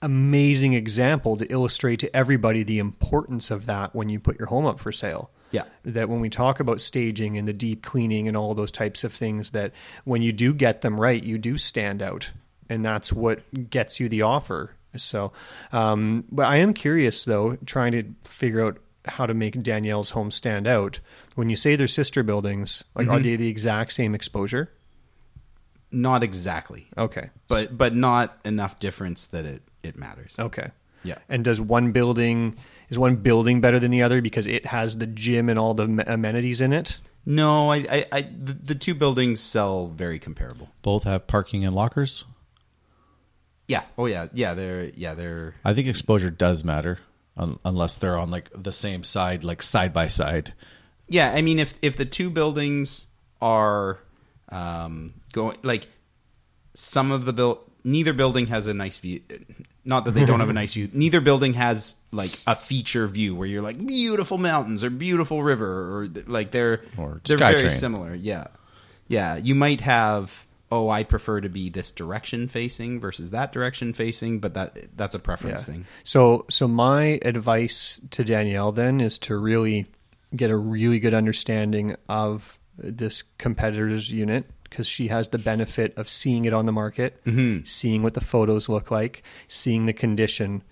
Speaker 2: amazing example to illustrate to everybody the importance of that when you put your home up for sale.
Speaker 1: Yeah.
Speaker 2: That when we talk about staging and the deep cleaning and all those types of things, that when you do get them right, you do stand out, and that's what gets you the offer. So, um, but I am curious though, trying to figure out how to make Danielle's home stand out. When you say they're sister buildings, like are
Speaker 1: Mhm.
Speaker 2: they the exact same exposure?
Speaker 1: Not exactly,
Speaker 2: Okay,
Speaker 1: but but not enough difference that it it matters.
Speaker 2: Okay.
Speaker 1: Yeah.
Speaker 2: And does one building is one building better than the other because it has the gym and all the am- amenities in it?
Speaker 1: No, I I, I the, the two buildings sell very comparable.
Speaker 3: Both have parking and lockers.
Speaker 1: Yeah. Oh yeah. Yeah, they're yeah, they're
Speaker 3: I think exposure does matter, un- unless they're on like the same side, like side by side.
Speaker 1: Yeah, I mean, if if the two buildings are um, going like some of the build neither building has a nice view. Not that they don't have a nice view. Neither building has like a feature view where you're like beautiful mountains or beautiful river or th- like they're
Speaker 3: Or
Speaker 1: they're
Speaker 3: Skytrain.
Speaker 1: very similar. Yeah, yeah. You might have oh I prefer to be this direction facing versus that direction facing, but that that's a preference thing.
Speaker 2: So, so my advice to Danielle then is to really get a really good understanding of this competitor's unit because she has the benefit of seeing it on the market,
Speaker 1: Mhm.
Speaker 2: seeing what the photos look like, seeing the condition,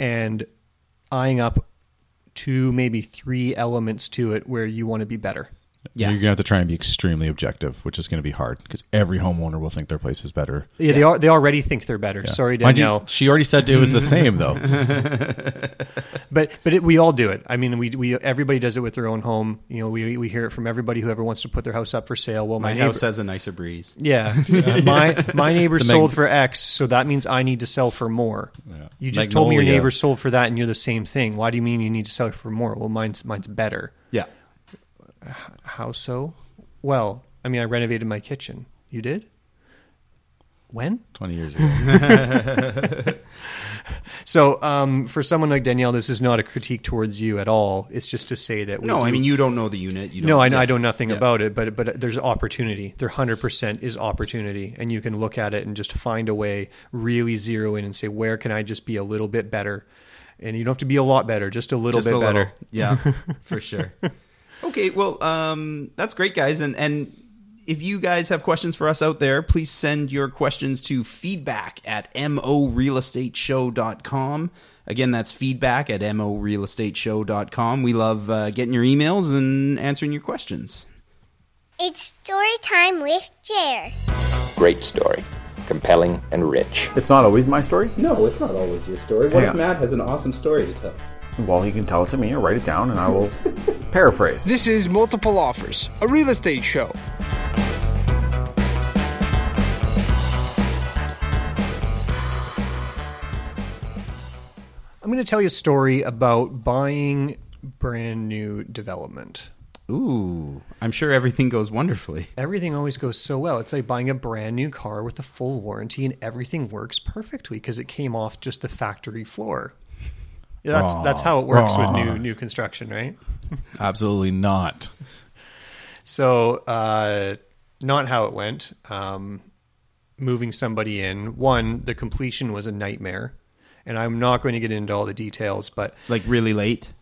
Speaker 2: and eyeing up two, maybe three elements to it where you want to be better.
Speaker 3: You're going to have to try and be extremely objective, which is going to be hard because every homeowner will think their place is better.
Speaker 2: Yeah, they are. They already think they're better.
Speaker 3: Yeah.
Speaker 2: Sorry,
Speaker 3: Mind you,
Speaker 2: Danielle.
Speaker 3: she already said it was the same, though.
Speaker 2: but but it, we all do it. I mean, we we everybody does it with their own home. You know, we we hear it from everybody who ever wants to put their house up for sale. Well, my,
Speaker 1: My,
Speaker 2: neighbor,
Speaker 1: house has a nicer breeze.
Speaker 2: Yeah, Uh, my my neighbor
Speaker 1: The
Speaker 2: sold
Speaker 1: mag-
Speaker 2: for X, so that means I need to sell for more. You just told me your
Speaker 1: Magnolia.
Speaker 2: neighbor sold for that, and you're the same thing. Why do you mean you need to sell for more? Well, mine's mine's better.
Speaker 1: Yeah.
Speaker 2: H- How so? Well, I mean, I renovated my kitchen. You did? When?
Speaker 3: 20 years ago.
Speaker 2: so, um, for someone like Danielle, this is not a critique towards you at all. It's just to say that we
Speaker 1: No,
Speaker 2: do-
Speaker 1: I mean you don't know the unit. You don't,
Speaker 2: no, I know
Speaker 1: yeah.
Speaker 2: I know nothing
Speaker 1: Yeah.
Speaker 2: about it, but but there's opportunity. There hundred percent is opportunity, and you can look at it and just find a way, really zero in and say where can I just be a little bit better, and you don't have to be a lot better, just a little
Speaker 1: Just
Speaker 2: bit
Speaker 1: a little.
Speaker 2: better.
Speaker 1: Yeah, for sure. Okay, well, um, that's great, guys. And and if you guys have questions for us out there, please send your questions to feedback at morealestateshow.com. Again, that's feedback at morealestateshow.com. We love uh, getting your emails and answering your questions.
Speaker 15: It's story time with Jer.
Speaker 5: Great story. Compelling and rich.
Speaker 16: It's not always my story?
Speaker 1: No, it's not always your story.
Speaker 16: What if
Speaker 1: Matt has an awesome story to tell?
Speaker 16: Well, he can tell it to me or write it down and I will paraphrase.
Speaker 10: This is Multiple Offers, a real estate show.
Speaker 2: I'm going to tell you a story about buying brand new development.
Speaker 1: Ooh, I'm sure everything goes wonderfully.
Speaker 2: Everything always goes so well. It's like buying a brand new car with a full warranty, and everything works perfectly because it came off just the factory floor. Yeah, that's
Speaker 3: Wrong.
Speaker 2: that's how it works with new
Speaker 3: Wrong.
Speaker 2: new construction, right?
Speaker 3: Absolutely not.
Speaker 2: So, uh, not how it went. Um, moving somebody in. One, the completion was a nightmare, and I'm not going to get into all the details, but
Speaker 1: like really late.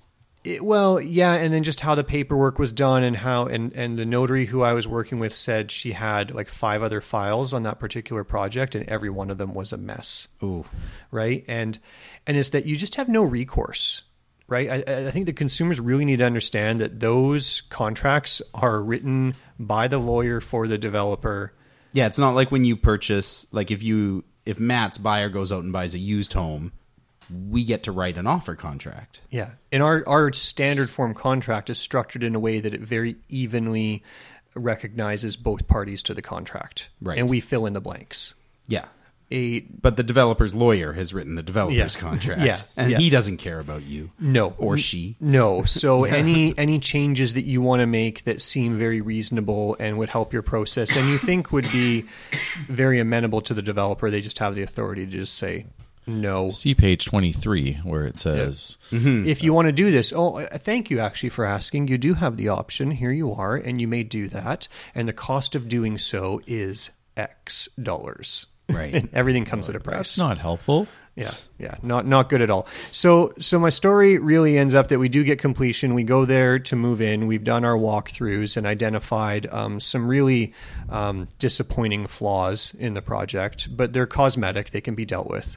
Speaker 2: It, well, yeah, and then just how the paperwork was done, and how and and the notary who I was working with said she had like five other files on that particular project, and every one of them was a mess.
Speaker 1: Ooh,
Speaker 2: right, and and it's that you just have no recourse, right? I- I, I think the consumers really need to understand that those contracts are written by the lawyer for the developer.
Speaker 1: Yeah, it's not like when you purchase like if you if Matt's buyer goes out and buys a used home, we get to write an offer contract.
Speaker 2: Yeah. And our, our standard form contract is structured in a way that it very evenly recognizes both parties to the contract.
Speaker 1: Right.
Speaker 2: And we fill in the blanks.
Speaker 1: Yeah.
Speaker 2: A
Speaker 1: but the developer's lawyer has written the developer's
Speaker 2: Yeah.
Speaker 1: contract.
Speaker 2: Yeah.
Speaker 1: And
Speaker 2: Yeah.
Speaker 1: he doesn't care about you.
Speaker 2: No.
Speaker 1: Or
Speaker 2: N-
Speaker 1: she.
Speaker 2: No. So any any changes that you want to make that seem very reasonable and would help your process and you think would be very amenable to the developer, they just have the authority to just say no.
Speaker 3: See page 23 where it says
Speaker 2: If you want to do this, oh, uh, thank you actually for asking. You do have the option. Here you are, and you may do that. And the cost of doing so is X dollars.
Speaker 3: Right.
Speaker 2: and everything comes at a price.
Speaker 3: that's not helpful.
Speaker 2: Yeah, yeah, not not good at all. So so my story really ends up that we do get completion. We go there to move in. We've done our walkthroughs and identified um, some really um, disappointing flaws in the project, but they're cosmetic. They can be dealt with.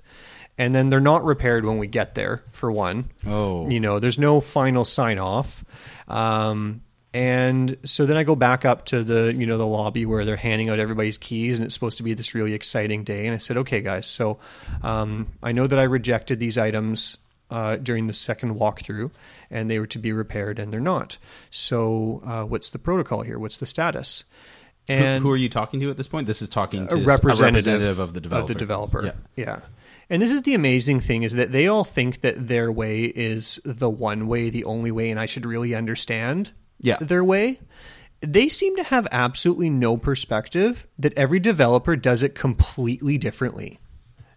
Speaker 2: And then they're not repaired when we get there. For one,
Speaker 1: Oh.
Speaker 2: you know, there's no final sign off. Um, and so then I go back up to the you know the lobby where they're handing out everybody's keys, and it's supposed to be this really exciting day. And I said, okay, guys, so um, I know that I rejected these items uh, during the second walkthrough, and they were to be repaired, and they're not. So uh, what's the protocol here? What's the status?
Speaker 1: And who, are you talking to at this point? This is talking to
Speaker 2: a representative,
Speaker 1: of the developer.
Speaker 2: developer.
Speaker 1: Yeah.
Speaker 2: yeah. And this is the amazing thing is that they all think that their way is the one way, the only way, and I should really understand
Speaker 1: Yeah.
Speaker 2: their way. They seem to have absolutely no perspective that every developer does it completely differently.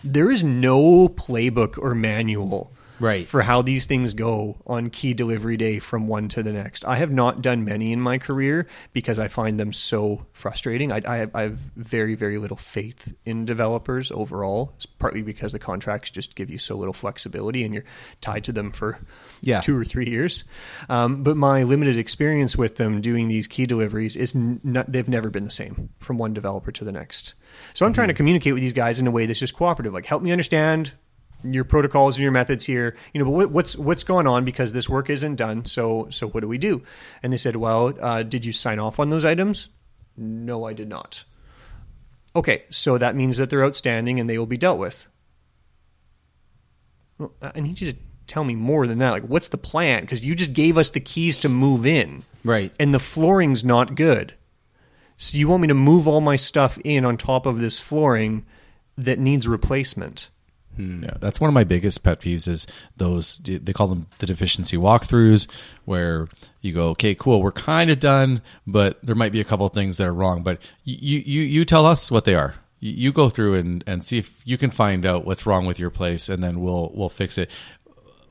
Speaker 2: there is no playbook or manual
Speaker 1: right.
Speaker 2: for how these things go on key delivery day from one to the next. I have not done many in my career because I find them so frustrating. I, I, have, I have very, very little faith in developers overall, it's partly because the contracts just give you so little flexibility and you're tied to them for
Speaker 1: Yeah.
Speaker 2: two or three years. Um, but my limited experience with them doing these key deliveries is n- not, they've never been the same from one developer to the next. So I'm trying to communicate with these guys in a way that's just cooperative. Like, help me understand your protocols and your methods here you know but what, what's what's going on because this work isn't done so so what do we do and they said well uh, did you sign off on those items no i did not okay so that means that they're outstanding and they will be dealt with well, uh, i I need you to tell me more than that like what's the plan because you just gave us the keys to move in
Speaker 1: right
Speaker 2: and the flooring's not good so you want me to move all my stuff in on top of this flooring that needs replacement
Speaker 3: Yeah, that's one of my biggest pet peeves is those they call them the deficiency walkthroughs where you go okay cool we're kind of done but there might be a couple of things that are wrong but you you you tell us what they are you, you go through and and see if you can find out what's wrong with your place and then we'll we'll fix it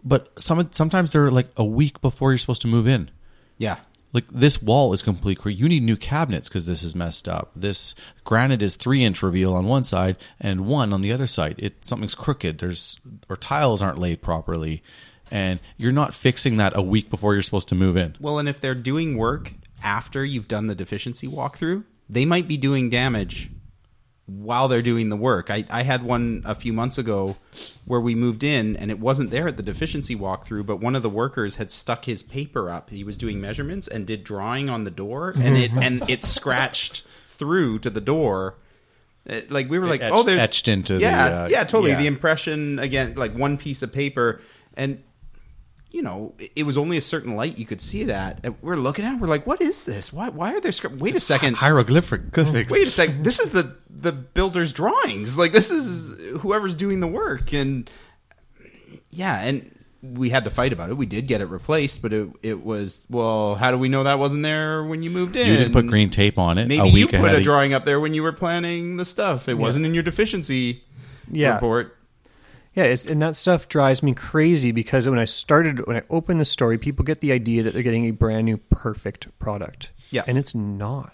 Speaker 3: but some sometimes they're like a week before you're supposed to move in
Speaker 1: Yeah.
Speaker 3: like this wall is complete cra- you need new cabinets because this is messed up this granite is three inch reveal on one side and one on the other side it something's crooked there's or tiles aren't laid properly and you're not fixing that a week before you're supposed to move in
Speaker 1: Well, and if they're doing work after you've done the deficiency walkthrough, they might be doing damage while they're doing the work. I, I had one a few months ago where we moved in and it wasn't there at the deficiency walkthrough, but one of the workers had stuck his paper up. He was doing measurements and did drawing on the door and it and it scratched through to the door. Uh, Like we were like,
Speaker 3: etched-
Speaker 1: oh, there's
Speaker 3: etched into the,
Speaker 1: yeah,
Speaker 3: uh,
Speaker 1: yeah, totally.
Speaker 3: yeah.
Speaker 1: The impression again, like one piece of paper, and you know, it- it was only a certain light you could see it at. And we're looking at, it, we're like, what is this? Why? Why are there? Script? Wait a second.
Speaker 3: hieroglyphic
Speaker 1: Wait a second. This is the the builder's drawings. Like this is whoever's doing the work, and yeah, and we had to fight about it. We did get it replaced, but it it was well. How do we know that wasn't there when you moved in?
Speaker 3: you didn't put green tape on it
Speaker 1: Maybe
Speaker 3: a week
Speaker 1: you put
Speaker 3: ahead
Speaker 1: a
Speaker 3: of-
Speaker 1: drawing up there when you were planning the stuff. It wasn't in your deficiency
Speaker 2: Yeah.
Speaker 1: report.
Speaker 2: Yeah, it's, and that stuff drives me crazy because when I started, when I opened the story, people get the idea that they're getting a brand new, perfect product.
Speaker 1: Yeah.
Speaker 2: And it's not.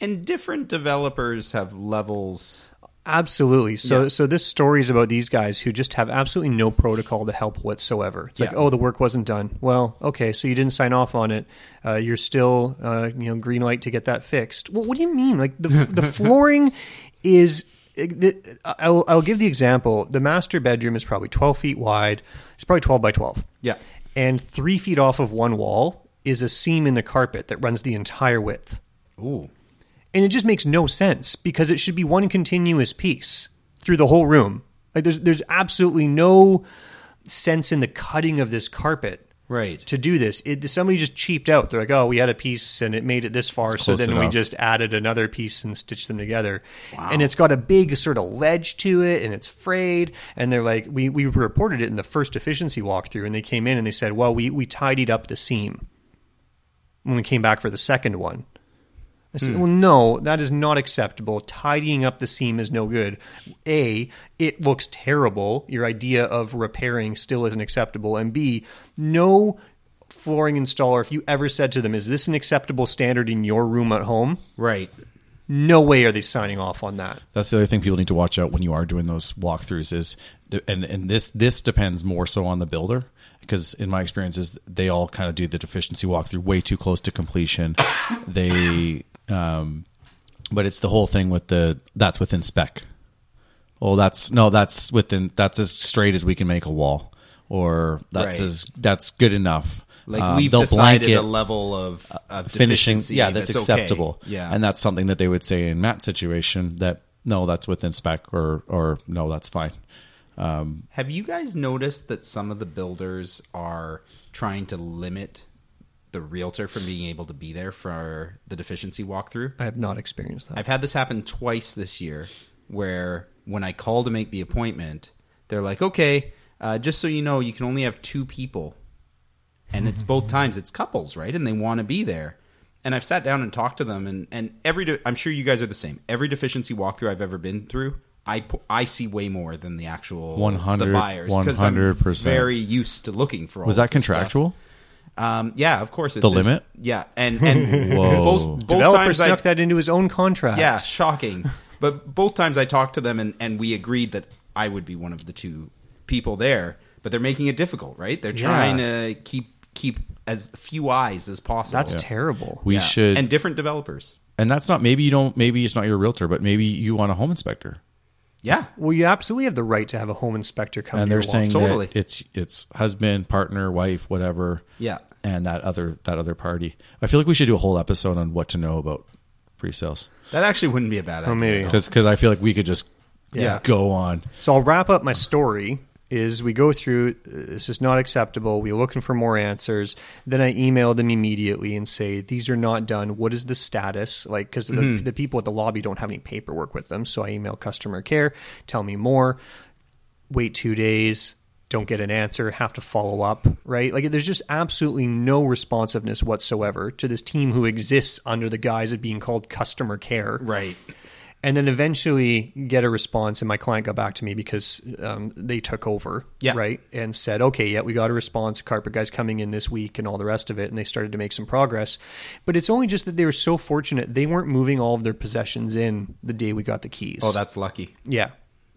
Speaker 1: And different developers have levels.
Speaker 2: Absolutely. So,
Speaker 1: Yeah.
Speaker 2: so this story is about these guys who just have absolutely no protocol to help whatsoever. It's like,
Speaker 1: Yeah.
Speaker 2: oh, the work wasn't done. Well, okay, so you didn't sign off on it. Uh, you're still, uh, you know, green light to get that fixed. Well, what do you mean? Like the the flooring is. eh, the- I'll, I'll give the example. The master bedroom is probably 12 feet wide. It's probably 12 by 12.
Speaker 1: Yeah.
Speaker 2: And three feet off of one wall is a seam in the carpet that runs the entire width.
Speaker 1: Ooh.
Speaker 2: And it just makes no sense because it should be one continuous piece through the whole room. Like there's there's absolutely no sense in the cutting of this carpet.
Speaker 1: Right.
Speaker 2: To do this, it, somebody just cheaped out. They're like, "Oh, we had a piece and it made it this far,
Speaker 1: It's
Speaker 2: so
Speaker 1: close
Speaker 2: then we
Speaker 1: enough.
Speaker 2: just added another piece and stitched them together." And it's got a big sort of ledge to it, and it's frayed. And they're like, "We we reported it in the first efficiency walkthrough, and they came in and they said, "Well, we we tidied up the seam." When we came back for the second one, I said,
Speaker 1: Hmm.
Speaker 2: well, no, that is not acceptable. Tidying up the seam is no good. A, it looks terrible. Your idea of repairing still isn't acceptable. And B, no flooring installer, if you ever said to them, is this an acceptable standard in your room at home?
Speaker 1: Right.
Speaker 2: No way are they signing off on that.
Speaker 3: That's the other thing people need to watch out when you are doing those walkthroughs is, and and this this depends more so on the builder because in my experiences they all kind of do the deficiency walkthrough way too close to completion. they, um, but it's the whole thing with the that's within spec. Oh, that's no, that's within that's as straight as we can make a wall, or that's
Speaker 1: Right.
Speaker 3: as that's good enough.
Speaker 1: Like
Speaker 3: Um,
Speaker 1: we've
Speaker 3: they'll
Speaker 1: decided
Speaker 3: blanket-
Speaker 1: a
Speaker 3: uh,
Speaker 1: level of, of
Speaker 3: finishing
Speaker 1: deficiency
Speaker 3: yeah that's,
Speaker 1: okay.
Speaker 3: acceptable
Speaker 1: Yeah.
Speaker 3: and that's something that they would say in matt's situation that no that's within spec or or no that's fine um
Speaker 1: Have you guys noticed that some of the builders are trying to limit the realtor from being able to be there for the deficiency walkthrough?
Speaker 2: I have not experienced that.
Speaker 1: I've had this happen twice this year where when I call to make the appointment, they're like, okay, uh, just so you know, you can only have two people. And it's both times, it's couples, right? And they want to be there. And I've sat down and talked to them, and, and every, de- I'm sure you guys are the same. Every deficiency walkthrough I've ever been through, I p- I see way more than the actual
Speaker 3: 100
Speaker 1: the buyers I'm
Speaker 3: 100%.
Speaker 1: very used to looking for. All
Speaker 3: Was that
Speaker 1: of this stuff.
Speaker 3: contractual?
Speaker 1: Um, yeah, of course. It's
Speaker 3: The
Speaker 1: in-
Speaker 3: limit?
Speaker 1: Yeah, and and
Speaker 3: Whoa.
Speaker 1: both, both
Speaker 2: Developer
Speaker 1: times I-
Speaker 2: snuck that into his own contract.
Speaker 1: yeah, shocking. But both times I talked to them and, and we agreed that I would be one of the two people there. But they're making it difficult, right? They're
Speaker 2: Yeah.
Speaker 1: trying to keep keep as few eyes as possible.
Speaker 2: That's terrible.
Speaker 3: We should-
Speaker 1: and different developers.
Speaker 3: And that's not maybe you don't maybe it's not your realtor, but maybe you want a home inspector.
Speaker 1: Yeah.
Speaker 2: Well, you absolutely have the right to have a home inspector come. to
Speaker 3: and they're
Speaker 2: your
Speaker 3: saying
Speaker 2: walk.
Speaker 1: Totally.
Speaker 3: that it's it's husband, partner, wife, whatever.
Speaker 1: Yeah.
Speaker 3: And that other that other party. I feel like we should do a whole episode on what to know about pre-sales
Speaker 1: That actually wouldn't be a bad idea.
Speaker 2: Oh, maybe.
Speaker 3: because I feel like we could just
Speaker 2: Yeah.
Speaker 3: go on.
Speaker 2: So I'll wrap up my story. Is we go through this is not acceptable. We're looking for more answers. Then I email them immediately and say these are not done. What is the status? Like because the,
Speaker 1: Mhm.
Speaker 2: the people at the lobby don't have any paperwork with them. So I email customer care. Tell me more. Wait two days. Don't get an answer. Have to follow up. Right? Like there's just absolutely no responsiveness whatsoever to this team who exists under the guise of being called customer care.
Speaker 1: Right.
Speaker 2: and then eventually get a response and my client got back to me because um, they took over
Speaker 1: Yeah.
Speaker 2: right and said okay yeah we got a response carpet guys coming in this week and all the rest of it and they started to make some progress but it's only just that they were so fortunate they weren't moving all of their possessions in the day we got the keys
Speaker 1: Oh, that's lucky.
Speaker 2: yeah.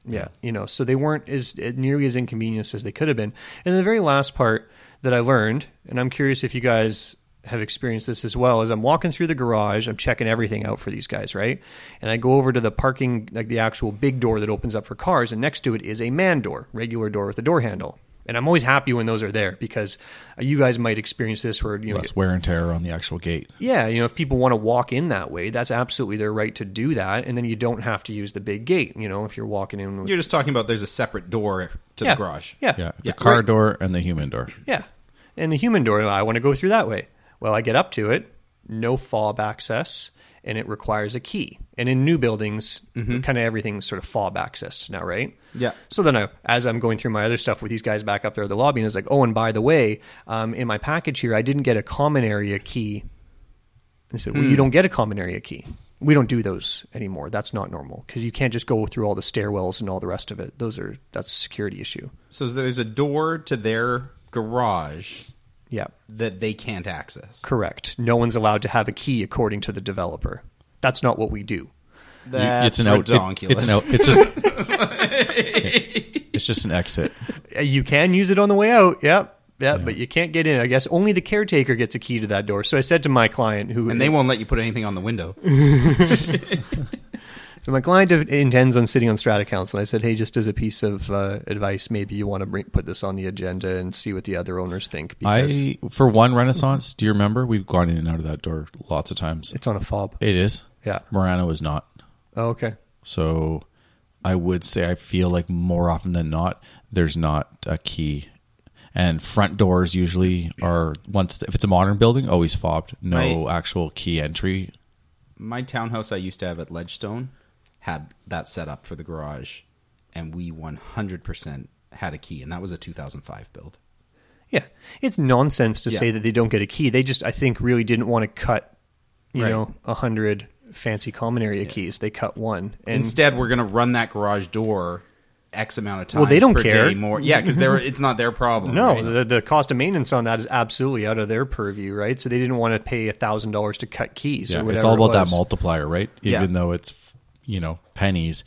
Speaker 2: Yeah. You know, so they weren't as nearly as inconvenienced as they could have been. And the very last part that I learned, and I'm curious if you guys have experienced this as well, is I'm walking through the garage, I'm checking everything out for these guys, right? And I go over to the parking, like the actual big door that opens up for cars, and next to it is a man door, regular door with a door handle. And I'm always happy when those are there because uh, you guys might experience this where you know
Speaker 3: Less wear and tear on the actual gate.
Speaker 2: yeah, you know, if people want to walk in that way, that's absolutely their right to do that, and then you don't have to use the big gate. You know, if you're walking in, with,
Speaker 1: You're just talking about there's a separate door to
Speaker 2: Yeah.
Speaker 1: the garage.
Speaker 2: Yeah.
Speaker 3: Yeah, the
Speaker 1: Yeah.
Speaker 3: car
Speaker 1: Right.
Speaker 3: door and the human door.
Speaker 2: yeah, and the human door, I want to go through that way. Well, I get up to it, no fob access, and it requires a key. And in new buildings, kind of everything's sort of fob access now, right?
Speaker 1: Yeah.
Speaker 2: So then, I, as I'm going through my other stuff with these guys back up there at the lobby, and it's like, oh, and by the way, um, in my package here, I didn't get a common area key. They said, well, you don't get a common area key. We don't do those anymore. That's not normal because you can't just go through all the stairwells and all the rest of it. Those are that's a security issue.
Speaker 1: So there's a door to their garage
Speaker 2: Yeah,
Speaker 1: that they can't access.
Speaker 2: correct. No one's allowed to have a key according to the developer. That's not what we do.
Speaker 1: That's
Speaker 3: it's an out. it- it's an out. It's just. it's just an exit.
Speaker 2: Uh, You can use it on the way out. Yep. Yep, but you can't get in. I guess only the caretaker gets a key to that door. So I said to my client, who
Speaker 1: and they won't let you put anything on the window.
Speaker 2: So my client intends on sitting on strata council. And I said, hey, just as a piece of uh, advice, maybe you want to bring, put this on the agenda and see what the other owners think because
Speaker 3: I for one Renaissance. Do you remember we've gone in and out of that door lots of times?
Speaker 2: it's on a fob.
Speaker 3: It is.
Speaker 2: Yeah.
Speaker 3: Morano is not.
Speaker 2: Oh, okay.
Speaker 3: So I would say I feel like more often than not, there's not a key. And front doors usually are once if it's a modern building, always fobbed. No actual key entry.
Speaker 1: my townhouse I used to have at Ledgestone had that set up for the garage, and we 100% had a key, and that was a 2005 build.
Speaker 2: Mm-hmm. Yeah. It's nonsense to
Speaker 1: Yeah.
Speaker 2: say that they don't get a key. They just, I think, really didn't want to cut, you
Speaker 1: Right.
Speaker 2: know, a hundred fancy common area keys. They cut one. And
Speaker 1: Instead, we're going to run that garage door x amount of times.
Speaker 2: Well, they don't
Speaker 1: per
Speaker 2: care.
Speaker 1: day more. Yeah, because it's not their problem.
Speaker 2: no,
Speaker 1: right?
Speaker 2: the, the cost of maintenance on that is absolutely out of their purview, right? So they didn't want to pay a thousand dollars to cut keys or
Speaker 3: Yeah,
Speaker 2: whatever.
Speaker 3: it's all
Speaker 2: it
Speaker 3: about that
Speaker 2: was.
Speaker 3: multiplier, right?
Speaker 1: Yeah.
Speaker 3: Even though it's you know pennies,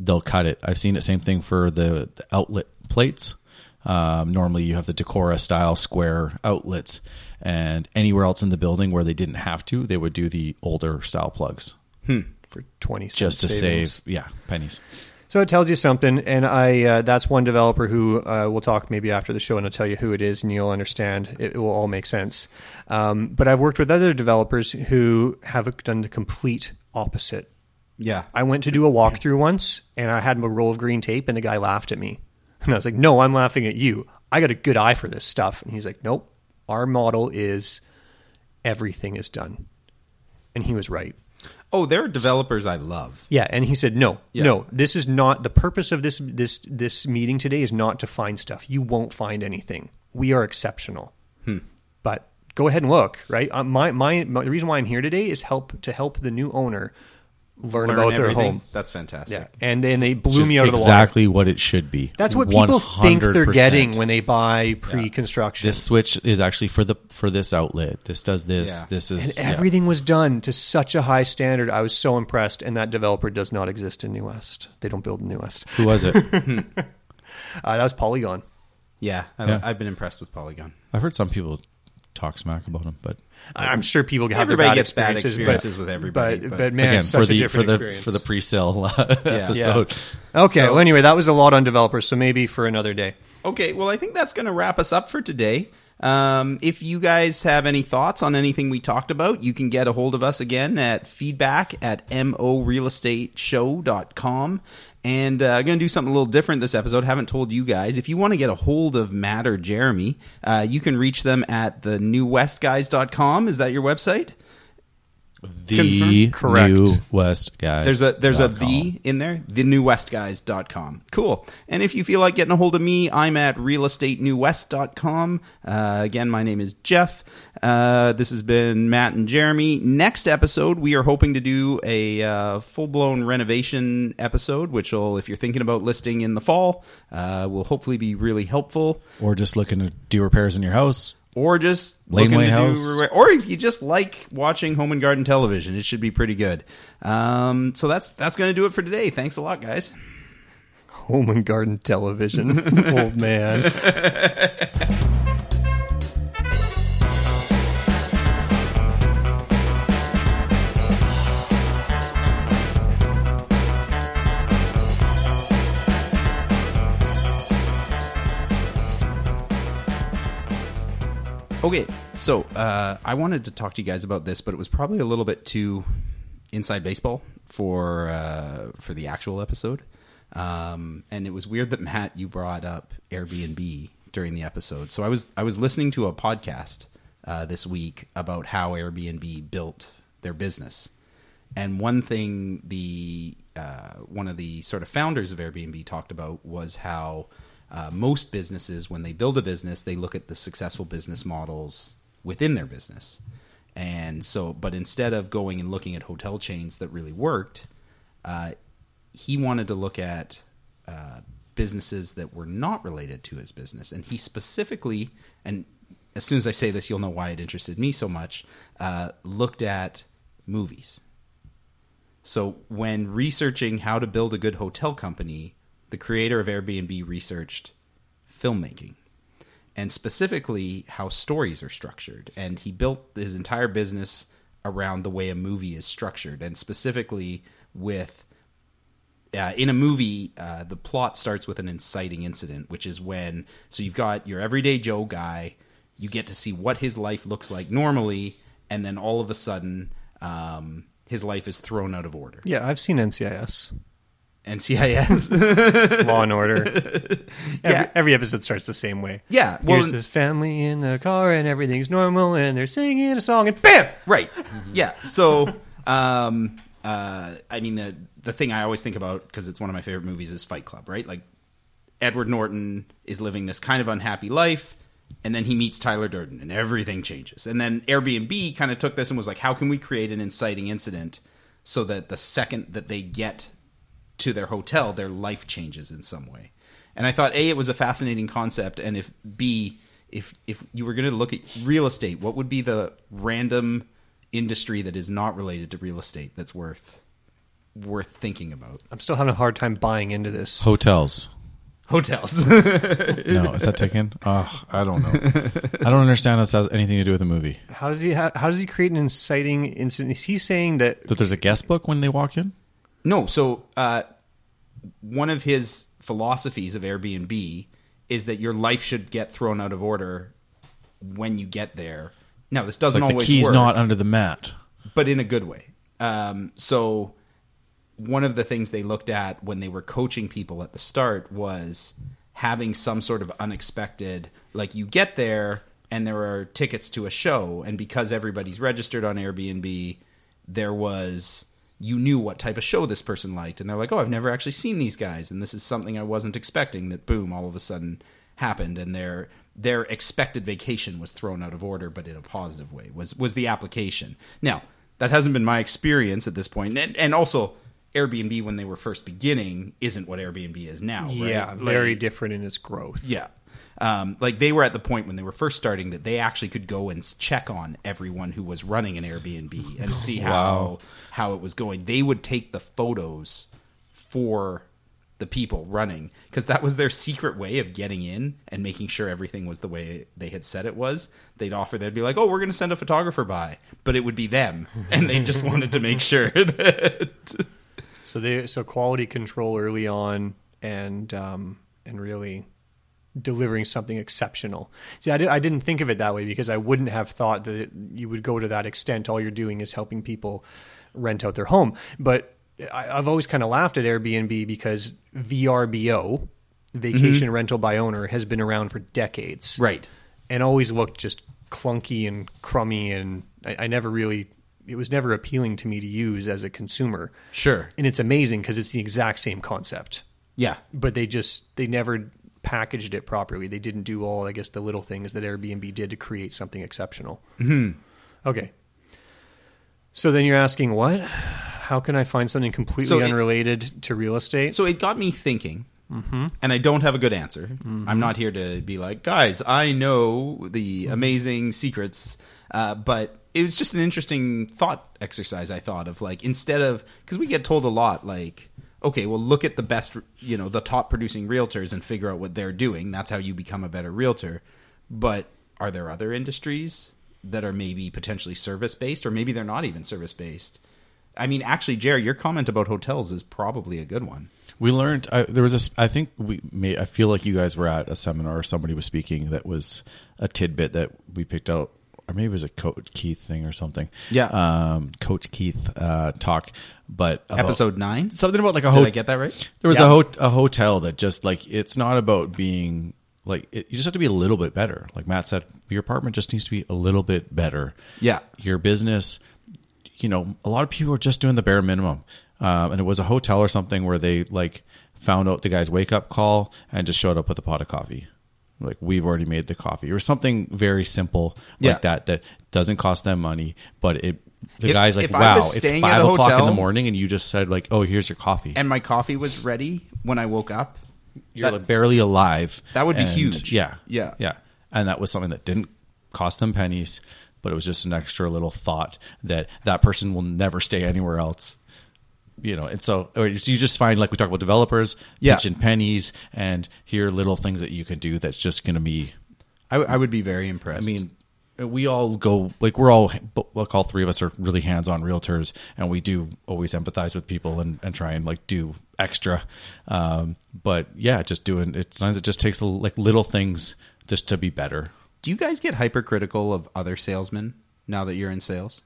Speaker 3: they'll cut it. I've seen it. Same thing for the, the outlet plates. Um, normally, you have the Decora style square outlets, and anywhere else in the building where they didn't have to, they would do the older style plugs
Speaker 2: for twenty cents
Speaker 3: just to
Speaker 2: savings.
Speaker 3: save yeah pennies.
Speaker 2: So it tells you something, and I uh, that's one developer who uh, we'll talk maybe after the show, and I'll tell you who it is, and you'll understand. It, it will all make sense. Um, but I've worked with other developers who have done the complete opposite.
Speaker 1: yeah,
Speaker 2: I went to do a walkthrough once, and I had a roll of green tape, and the guy laughed at me, and I was like, "No, I'm laughing at you. I got a good eye for this stuff." And he's like, "Nope, our model is everything is done," and he was right.
Speaker 1: Oh, there are developers I love.
Speaker 2: Yeah, and he said, "No,
Speaker 1: Yeah.
Speaker 2: no, this is not the purpose of this this this meeting today is not to find stuff. You won't find anything. We are exceptional.
Speaker 3: Hmm.
Speaker 2: But go ahead and look. Right. Uh, my, my my the reason why I'm here today is help to help the new owner learn, about their
Speaker 1: everything.
Speaker 2: home.
Speaker 1: That's fantastic.
Speaker 2: Yeah, and then they blew
Speaker 3: Just
Speaker 2: me out of the water.
Speaker 3: exactly what it should be.
Speaker 2: That's what people think they're
Speaker 3: 100%.
Speaker 2: getting when they buy pre-construction.
Speaker 3: This switch is actually for the for this outlet. This does this. This is
Speaker 2: and
Speaker 3: yeah.
Speaker 2: everything was done to such a high standard. I was so impressed, and that developer does not exist in New West. They don't build in New West.
Speaker 3: Who was it?
Speaker 2: uh, that was Polygon.
Speaker 1: Yeah, I,
Speaker 3: Yeah.
Speaker 1: I've been impressed with Polygon.
Speaker 3: I've heard some people talk smack about him, but
Speaker 2: I- I'm sure people have their
Speaker 1: Everybody
Speaker 2: bad
Speaker 1: gets bad
Speaker 2: experiences,
Speaker 1: experiences
Speaker 2: but,
Speaker 1: with everybody,
Speaker 2: But,
Speaker 1: but-
Speaker 2: but man,
Speaker 3: again
Speaker 2: it's such
Speaker 3: for the
Speaker 2: a different
Speaker 3: for
Speaker 2: experience.
Speaker 3: the for the pre-sale uh, episode.
Speaker 2: Okay.
Speaker 1: So-
Speaker 2: well, anyway, that was a lot on developers, so maybe for another day.
Speaker 1: Okay, well, I think that's going to wrap us up for today. Um, if you guys have any thoughts on anything we talked about, you can get a hold of us again at feedback at morealestateshow.com. And uh, I'm going to do something a little different this episode. Haven't told you guys. If you want to get a hold of Matt or Jeremy, uh, you can reach them at the newwestguys.com. Is that your website?
Speaker 3: The
Speaker 1: Confirm- correct.
Speaker 3: new West guys.
Speaker 1: There's a there's a
Speaker 3: dot com.
Speaker 1: the in there. The newwestguys.com. Cool. And if you feel like getting a hold of me, I'm at realestatenewwest.com. Uh, again, my name is Jeff. Uh, this has been Matt and Jeremy. Next episode, we are hoping to do a uh, full blown renovation episode, which will, if you're thinking about listing in the fall, uh, will hopefully be really helpful.
Speaker 3: or just looking to do repairs in your house.
Speaker 1: Or just
Speaker 3: Laneway
Speaker 1: looking to do
Speaker 3: House.
Speaker 1: re- or if you just like watching home and garden television, it should be pretty good. Um, so that's that's going to do it for today. Thanks a lot, guys.
Speaker 2: Home and garden television, old man.
Speaker 1: Okay, so uh, I wanted to talk to you guys about this, but it was probably a little bit too inside baseball for uh, for the actual episode. Um, and it was weird that Matt you brought up Airbnb during the episode. So I was I was listening to a podcast uh, this week about how Airbnb built their business, and one thing the uh, one of the sort of founders of Airbnb talked about was how uh, most businesses, when they build a business, they look at the successful business models within their business. And so, but instead of going and looking at hotel chains that really worked, uh, he wanted to look at uh, businesses that were not related to his business. And he specifically, and as soon as I say this, you'll know why it interested me so much, uh, looked at movies. So when researching how to build a good hotel company, the creator of Airbnb researched filmmaking and specifically how stories are structured. And he built his entire business around the way a movie is structured, and specifically with uh, in a movie, uh, the plot starts with an inciting incident, which is when so you've got your everyday Joe guy, you get to see what his life looks like normally, and then all of a sudden, um, his life is thrown out of order.
Speaker 2: Yeah, I've seen NCIS.
Speaker 1: NCIS,
Speaker 2: Law and Order.
Speaker 1: Yeah.
Speaker 2: Every, every episode starts the same way.
Speaker 1: Yeah, well-
Speaker 2: well, here's his family in the car, and everything's normal, and they're singing a song, and bam!
Speaker 1: Right. Yeah. So, um, uh, I mean, the the thing I always think about because it's one of my favorite movies is Fight Club. Right. Like Edward Norton is living this kind of unhappy life, and then he meets Tyler Durden, and everything changes. And then Airbnb kind of took this and was like, how can we create an inciting incident so that the second that they get to their hotel, their life changes in some way. And I thought, a, it was a fascinating concept, and if b, if if you were going to look at real estate, what would be the random industry that is not related to real estate that's worth worth thinking about?
Speaker 2: I'm still having a hard time buying into this.
Speaker 3: Hotels.
Speaker 1: Hotels.
Speaker 3: No, is that taken? Uh, I don't know. I don't understand how this has anything to do with the movie.
Speaker 2: How does he? How, how does he create an inciting incident? Is he saying that?
Speaker 3: That there's a guest book when they walk in?
Speaker 1: No, so uh, one of his philosophies of Airbnb is that your life should get thrown out of order when you get there. Now, this doesn't
Speaker 3: like
Speaker 1: always
Speaker 3: the key's
Speaker 1: work.
Speaker 3: not under the mat.
Speaker 1: but in a good way. Um, so one of the things they looked at when they were coaching people at the start was having some sort of unexpected like you get there and there are tickets to a show and because everybody's registered on Airbnb there was you knew what type of show this person liked and they're like oh I've never actually seen these guys and this is something I wasn't expecting that boom all of a sudden happened and their their expected vacation was thrown out of order but in a positive way was was the application now that hasn't been my experience at this point. And, and also, Airbnb when they were first beginning isn't what Airbnb is now. Right?
Speaker 2: Yeah, very different in its growth.
Speaker 1: Yeah. Um, like they were at the point when they were first starting that they actually could go and check on everyone who was running an Airbnb and see how
Speaker 3: Wow.
Speaker 1: how it was going. They would take the photos for the people running because that was their secret way of getting in and making sure everything was the way they had said it was. They'd offer, they'd be like, "Oh, we're going to send a photographer by," but it would be them, and they just wanted to make sure that.
Speaker 2: So they so quality control early on and um, and really delivering something exceptional. See, I, di- I didn't think of it that way because I wouldn't have thought that you would go to that extent. All you're doing is helping people rent out their home. But I, I've always kind of laughed at Airbnb because VRBO, vacation rental by owner, has been around for decades,
Speaker 1: right?
Speaker 2: And always looked just clunky and crummy, and I, I never really. It was never appealing to me to use as a consumer.
Speaker 1: Sure.
Speaker 2: And it's amazing because it's the exact same concept.
Speaker 1: Yeah.
Speaker 2: But they just they never packaged it properly. They didn't do all I guess the little things that Airbnb did to create something exceptional.
Speaker 1: Mhm.
Speaker 2: Okay. So then you're asking what? How can I find something completely
Speaker 1: So it-
Speaker 2: unrelated to real estate?
Speaker 1: So it got me thinking.
Speaker 2: Mhm.
Speaker 1: and I don't have a good answer.
Speaker 2: Mhm.
Speaker 1: I'm not here to be like, guys, I know the amazing secrets, uh, but it was just an interesting thought exercise. I thought of like instead of because we get told a lot like. Okay, well, look at the best, you know, the top producing realtors and figure out what they're doing. That's how you become a better realtor. But are there other industries that are maybe potentially service based, or maybe they're not even service based? I mean, actually, Jerry, your comment about hotels is probably a good one.
Speaker 3: We learned I, there was a. sp- I think we. May, I feel like you guys were at a seminar or somebody was speaking that was a tidbit that we picked out, or maybe it was a Coach Keith thing or something.
Speaker 1: Yeah.
Speaker 3: um, Coach Keith uh, talk, but about-
Speaker 1: Episode nine,
Speaker 3: something about like a.
Speaker 1: Did
Speaker 3: ho-
Speaker 1: I get that right?
Speaker 3: There was
Speaker 1: Yeah.
Speaker 3: a, ho- a hotel that just like it's not about being like it, you just have to be a little bit better. Like Matt said, your apartment just needs to be a little bit better.
Speaker 1: Yeah.
Speaker 3: your business you know, a lot of people are just doing the bare minimum. Um, and it was a hotel or something where they like found out the guy's wake up call and just showed up with a pot of coffee. Like we've already made the coffee or something very simple like
Speaker 1: Yeah.
Speaker 3: that that doesn't cost them money, but it the
Speaker 1: If-
Speaker 3: guy's like,
Speaker 1: if I
Speaker 3: wow,
Speaker 1: was
Speaker 3: it's
Speaker 1: staying at a
Speaker 3: five o'clock in
Speaker 1: hotel-
Speaker 3: the morning, and you just said like, oh, here's your coffee.
Speaker 1: and my coffee was ready when I woke up.
Speaker 3: You're
Speaker 1: That-
Speaker 3: like barely alive.
Speaker 1: That would be
Speaker 3: And-
Speaker 1: huge.
Speaker 3: Yeah,
Speaker 1: Yeah.
Speaker 3: yeah. And that was something that didn't cost them pennies, but it was just an extra little thought that that person will never stay anywhere else. You know, and so or you just find like we talk about developers
Speaker 1: Yeah.
Speaker 3: pitching pennies, and here are little things that you can do that's just going to be.
Speaker 1: I, w- I would be very impressed.
Speaker 3: I mean, we all go like we're all like all three of us are really hands-on realtors, and we do always empathize with people and, and try and like do extra. Um, but yeah, just doing it. Sometimes it just takes a, like little things just to be better.
Speaker 1: do you guys get hypercritical of other salesmen now that you're in sales?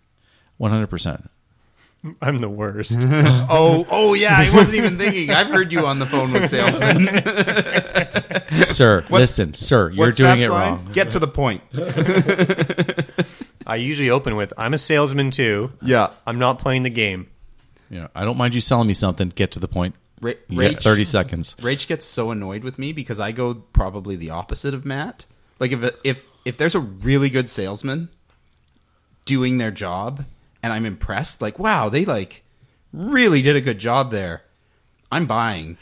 Speaker 3: One hundred percent.
Speaker 2: I'm the worst.
Speaker 1: oh, oh yeah, I wasn't even thinking. I've heard you on the phone with salesmen.
Speaker 3: Sir, listen, sir, you're
Speaker 1: what's
Speaker 3: doing
Speaker 1: Fab's
Speaker 3: it
Speaker 1: line?
Speaker 3: wrong.
Speaker 1: Get to the point.
Speaker 2: I usually open with I'm a salesman too.
Speaker 1: Yeah.
Speaker 2: I'm not playing the game.
Speaker 3: You know, I don't mind you selling me something. Get to the point.
Speaker 1: Ra-
Speaker 3: You got
Speaker 1: Rach-
Speaker 3: thirty seconds.
Speaker 1: Rach gets so annoyed with me because I go probably the opposite of Matt. Like if if if there's a really good salesman doing their job and I'm impressed, like wow, they like really did a good job there. I'm buying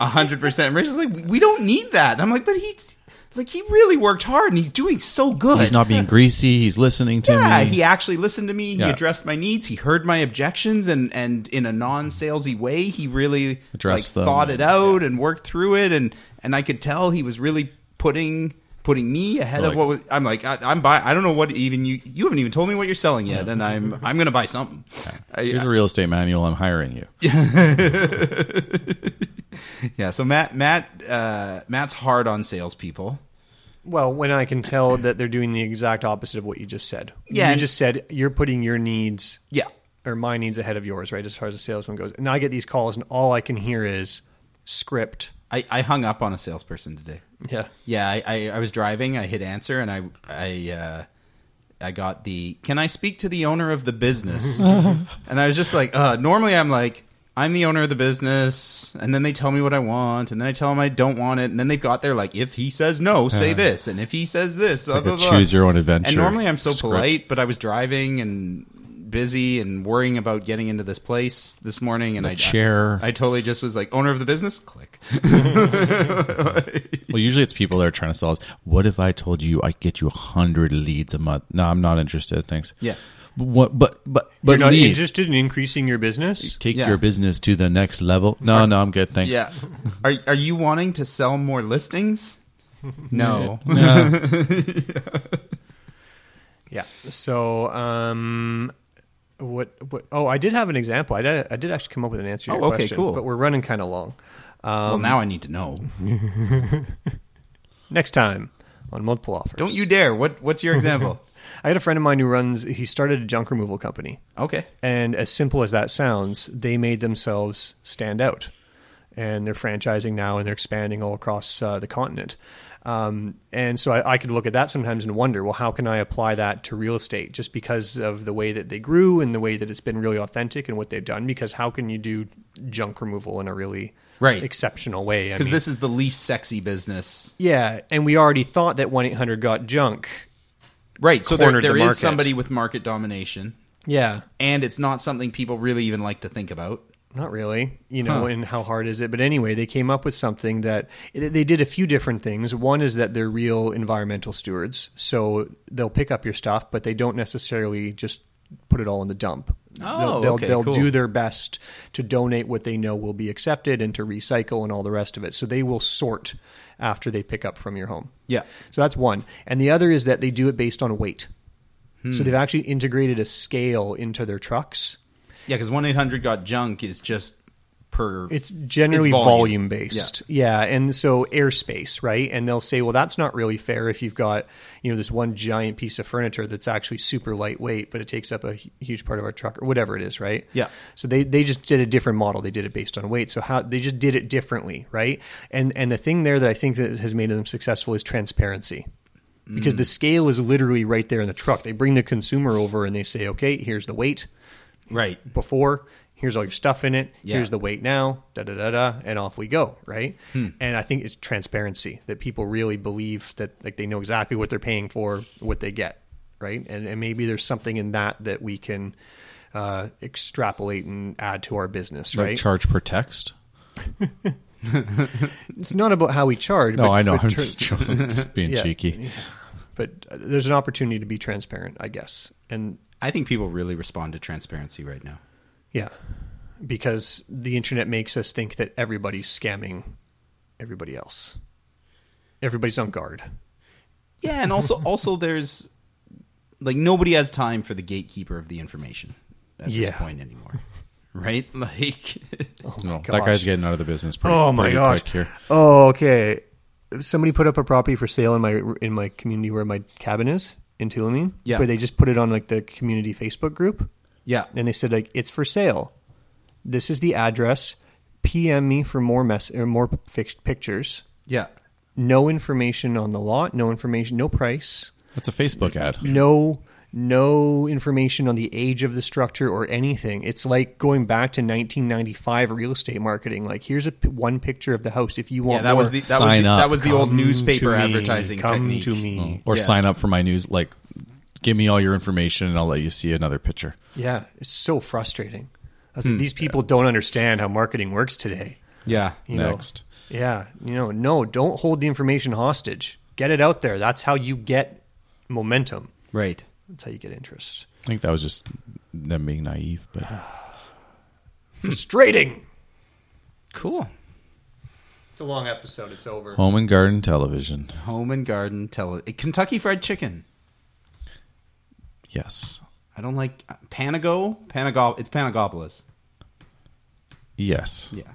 Speaker 1: a hundred percent. Rachel's like, we don't need that. And I'm like, but he like he really worked hard and he's doing so good.
Speaker 3: He's not being greasy. He's listening to
Speaker 1: Yeah,
Speaker 3: me.
Speaker 1: he actually listened to me. He
Speaker 3: Yeah.
Speaker 1: addressed my needs. He heard my objections, and and in a non-salesy way, he really
Speaker 3: Addressed
Speaker 1: like,
Speaker 3: them.
Speaker 1: thought it out and worked through it. And and I could tell he was really putting putting me ahead of
Speaker 3: Like-
Speaker 1: what was. I'm like, I, I'm buy. I don't know what even you you haven't even told me what you're selling yet, and I'm I'm gonna buy something. I-
Speaker 3: Here's a real estate manual. I'm hiring you.
Speaker 1: yeah. So Matt Matt uh, Matt's hard on salespeople.
Speaker 2: Well, when I can tell that they're doing the exact opposite of what you just said.
Speaker 1: Yeah.
Speaker 2: You just said you're putting your needs
Speaker 1: Yeah.
Speaker 2: or my needs ahead of yours, right? As far as a salesman goes. And I get these calls and all I can hear is script.
Speaker 1: I, I hung up on a salesperson today.
Speaker 2: Yeah.
Speaker 1: Yeah, I, I, I was driving. I hit answer, and I I uh, I got the. Can I speak to the owner of the business? and I was just like, uh, normally I'm like, I'm the owner of the business, and then they tell me what I want, and then I tell them I don't want it, and then they've got their like, if he says no, say
Speaker 3: Uh.
Speaker 1: this, and if he says this,
Speaker 3: like a choose your own adventure
Speaker 1: And normally I'm so
Speaker 3: script.
Speaker 1: polite, but I was driving and busy and worrying about getting into this place this morning, and
Speaker 3: The
Speaker 1: I
Speaker 3: chair.
Speaker 1: I, totally just was like, owner of the business, click.
Speaker 3: well, usually it's people that are trying to sell us. What if I told you I get you hundred leads a month? No, I'm not interested. Thanks.
Speaker 1: Yeah.
Speaker 3: But What? But but but
Speaker 2: You're not
Speaker 3: leads.
Speaker 2: interested in increasing your business?
Speaker 3: Take your business to the next level. No, no, I'm good. Thanks.
Speaker 1: Yeah. Are are you wanting to sell more listings? No.
Speaker 3: No.
Speaker 2: Yeah. So, um, what? What? Oh, I did have an example. I did. I did actually come up with an answer. To your
Speaker 1: Oh, okay,
Speaker 2: question,
Speaker 1: cool.
Speaker 2: But we're running kind of long. Um,
Speaker 1: well, now I need to know.
Speaker 2: next time on multiple offers.
Speaker 1: Don't you dare. What What's your example?
Speaker 2: I had a friend of mine who runs. He started a junk removal company.
Speaker 1: Okay.
Speaker 2: And as simple as that sounds, they made themselves stand out, and they're franchising now, and they're expanding all across uh, the continent. Um, and so I, I could look at that sometimes and wonder, well, how can I apply that to real estate? Just because of the way that they grew and the way that it's been really authentic and what they've done. Because how can you do junk removal in a really
Speaker 1: Right.
Speaker 2: exceptional way? I
Speaker 1: Because
Speaker 2: mean-
Speaker 1: this is the least sexy business.
Speaker 2: yeah, and we already thought that one eight hundred got junk.
Speaker 1: Right. So there,
Speaker 2: cornered
Speaker 1: there
Speaker 2: the
Speaker 1: is
Speaker 2: market.
Speaker 1: somebody with market domination.
Speaker 2: Yeah.
Speaker 1: And it's not something people really even like to think about.
Speaker 2: Not really, you know,
Speaker 1: Huh.
Speaker 2: and how hard is it? But anyway, they came up with something that they did a few different things. One is that they're real environmental stewards, so they'll pick up your stuff, but they don't necessarily just put it all in the dump.
Speaker 1: Oh,
Speaker 2: they'll they'll,
Speaker 1: okay,
Speaker 2: they'll
Speaker 1: cool.
Speaker 2: do their best to donate what they know will be accepted and to recycle and all the rest of it. So they will sort after they pick up from your home.
Speaker 1: Yeah.
Speaker 2: So that's one. And the other is that they do it based on weight. So
Speaker 1: Hmm.
Speaker 2: they've actually integrated a scale into their trucks.
Speaker 1: Yeah, because 1 800 got junk is just per.
Speaker 2: It's generally volume. based. Yeah. and so airspace, right? And they'll say, well, that's not really fair if you've got you know this one giant piece of furniture that's actually super lightweight, but it takes up a hu- huge part of our truck or whatever it is, right?
Speaker 1: Yeah.
Speaker 2: So they they just did a different model. They did it based on weight. So how they just did it differently, right? And and the thing there that I think that has made them successful is transparency. Because
Speaker 1: Mm.
Speaker 2: the scale is literally right there in the truck. They bring the consumer over and they say, "Okay, here's the weight."
Speaker 1: Right.
Speaker 2: Before, here's all your stuff in it.
Speaker 1: Yeah.
Speaker 2: Here's the weight now. Da da da da, and off we go. Right.
Speaker 1: Hmm.
Speaker 2: And I think it's transparency that people really believe that like they know exactly what they're paying for, what they get. Right. And and maybe there's something in that that we can uh, extrapolate and add to our business.
Speaker 3: Like
Speaker 2: Right.
Speaker 3: charge per text.
Speaker 2: it's not about how we charge.
Speaker 3: No,
Speaker 2: but,
Speaker 3: I know.
Speaker 2: but
Speaker 3: I'm just joking. Just being cheeky.
Speaker 2: Yeah. But uh, there's an opportunity to be transparent, I guess. And
Speaker 1: I think people really respond to transparency right now.
Speaker 2: Yeah, because the internet makes us think that everybody's scamming everybody else. Everybody's on guard.
Speaker 1: Yeah, and also also there's like nobody has time for the gatekeeper of the information at
Speaker 2: Yeah.
Speaker 1: this point anymore. Right? Like
Speaker 3: No, that guy's getting out of the business. Pretty,
Speaker 2: oh my
Speaker 3: pretty
Speaker 2: gosh!
Speaker 3: quick here.
Speaker 2: Oh, okay. Somebody put up a property for sale in my in my community where my cabin is in Tulameen.
Speaker 1: Yeah.
Speaker 2: but they just put it on like the community Facebook group.
Speaker 1: Yeah.
Speaker 2: and they said like it's for sale. This is the address. PM me for more mess or more fixed pictures.
Speaker 1: Yeah.
Speaker 2: no information on the lot, no information, no price.
Speaker 3: That's a Facebook ad.
Speaker 2: No no information on the age of the structure or anything. It's like going back to 1995 real estate marketing. Like here's a p- one picture of the house if you
Speaker 1: Yeah,
Speaker 2: want
Speaker 1: that was
Speaker 2: more,
Speaker 1: the that was the, that was the old
Speaker 2: Come to
Speaker 1: newspaper
Speaker 2: me.
Speaker 1: advertising
Speaker 2: Come
Speaker 1: technique. Oh.
Speaker 2: to me.
Speaker 3: Or
Speaker 1: Yeah.
Speaker 3: sign up for my news. Like, give me all your information, and I'll let you see another picture.
Speaker 2: Yeah, it's so frustrating. I was like,
Speaker 3: Hmm.
Speaker 2: these people don't understand how marketing works today.
Speaker 1: Yeah,
Speaker 2: you know?
Speaker 3: next.
Speaker 2: Yeah, you know, no, don't hold the information hostage. Get it out there. That's how you get momentum.
Speaker 1: Right.
Speaker 2: That's how you get interest.
Speaker 3: I think that was just them being naive, but
Speaker 1: Hmm.
Speaker 2: Frustrating.
Speaker 1: Cool.
Speaker 2: It's a long episode. It's over.
Speaker 3: home and garden television.
Speaker 1: Home and garden tele Kentucky fried chicken.
Speaker 3: Yes,
Speaker 1: I don't like Panago. Panago it's Panagopolis.
Speaker 3: yes.
Speaker 1: Yeah.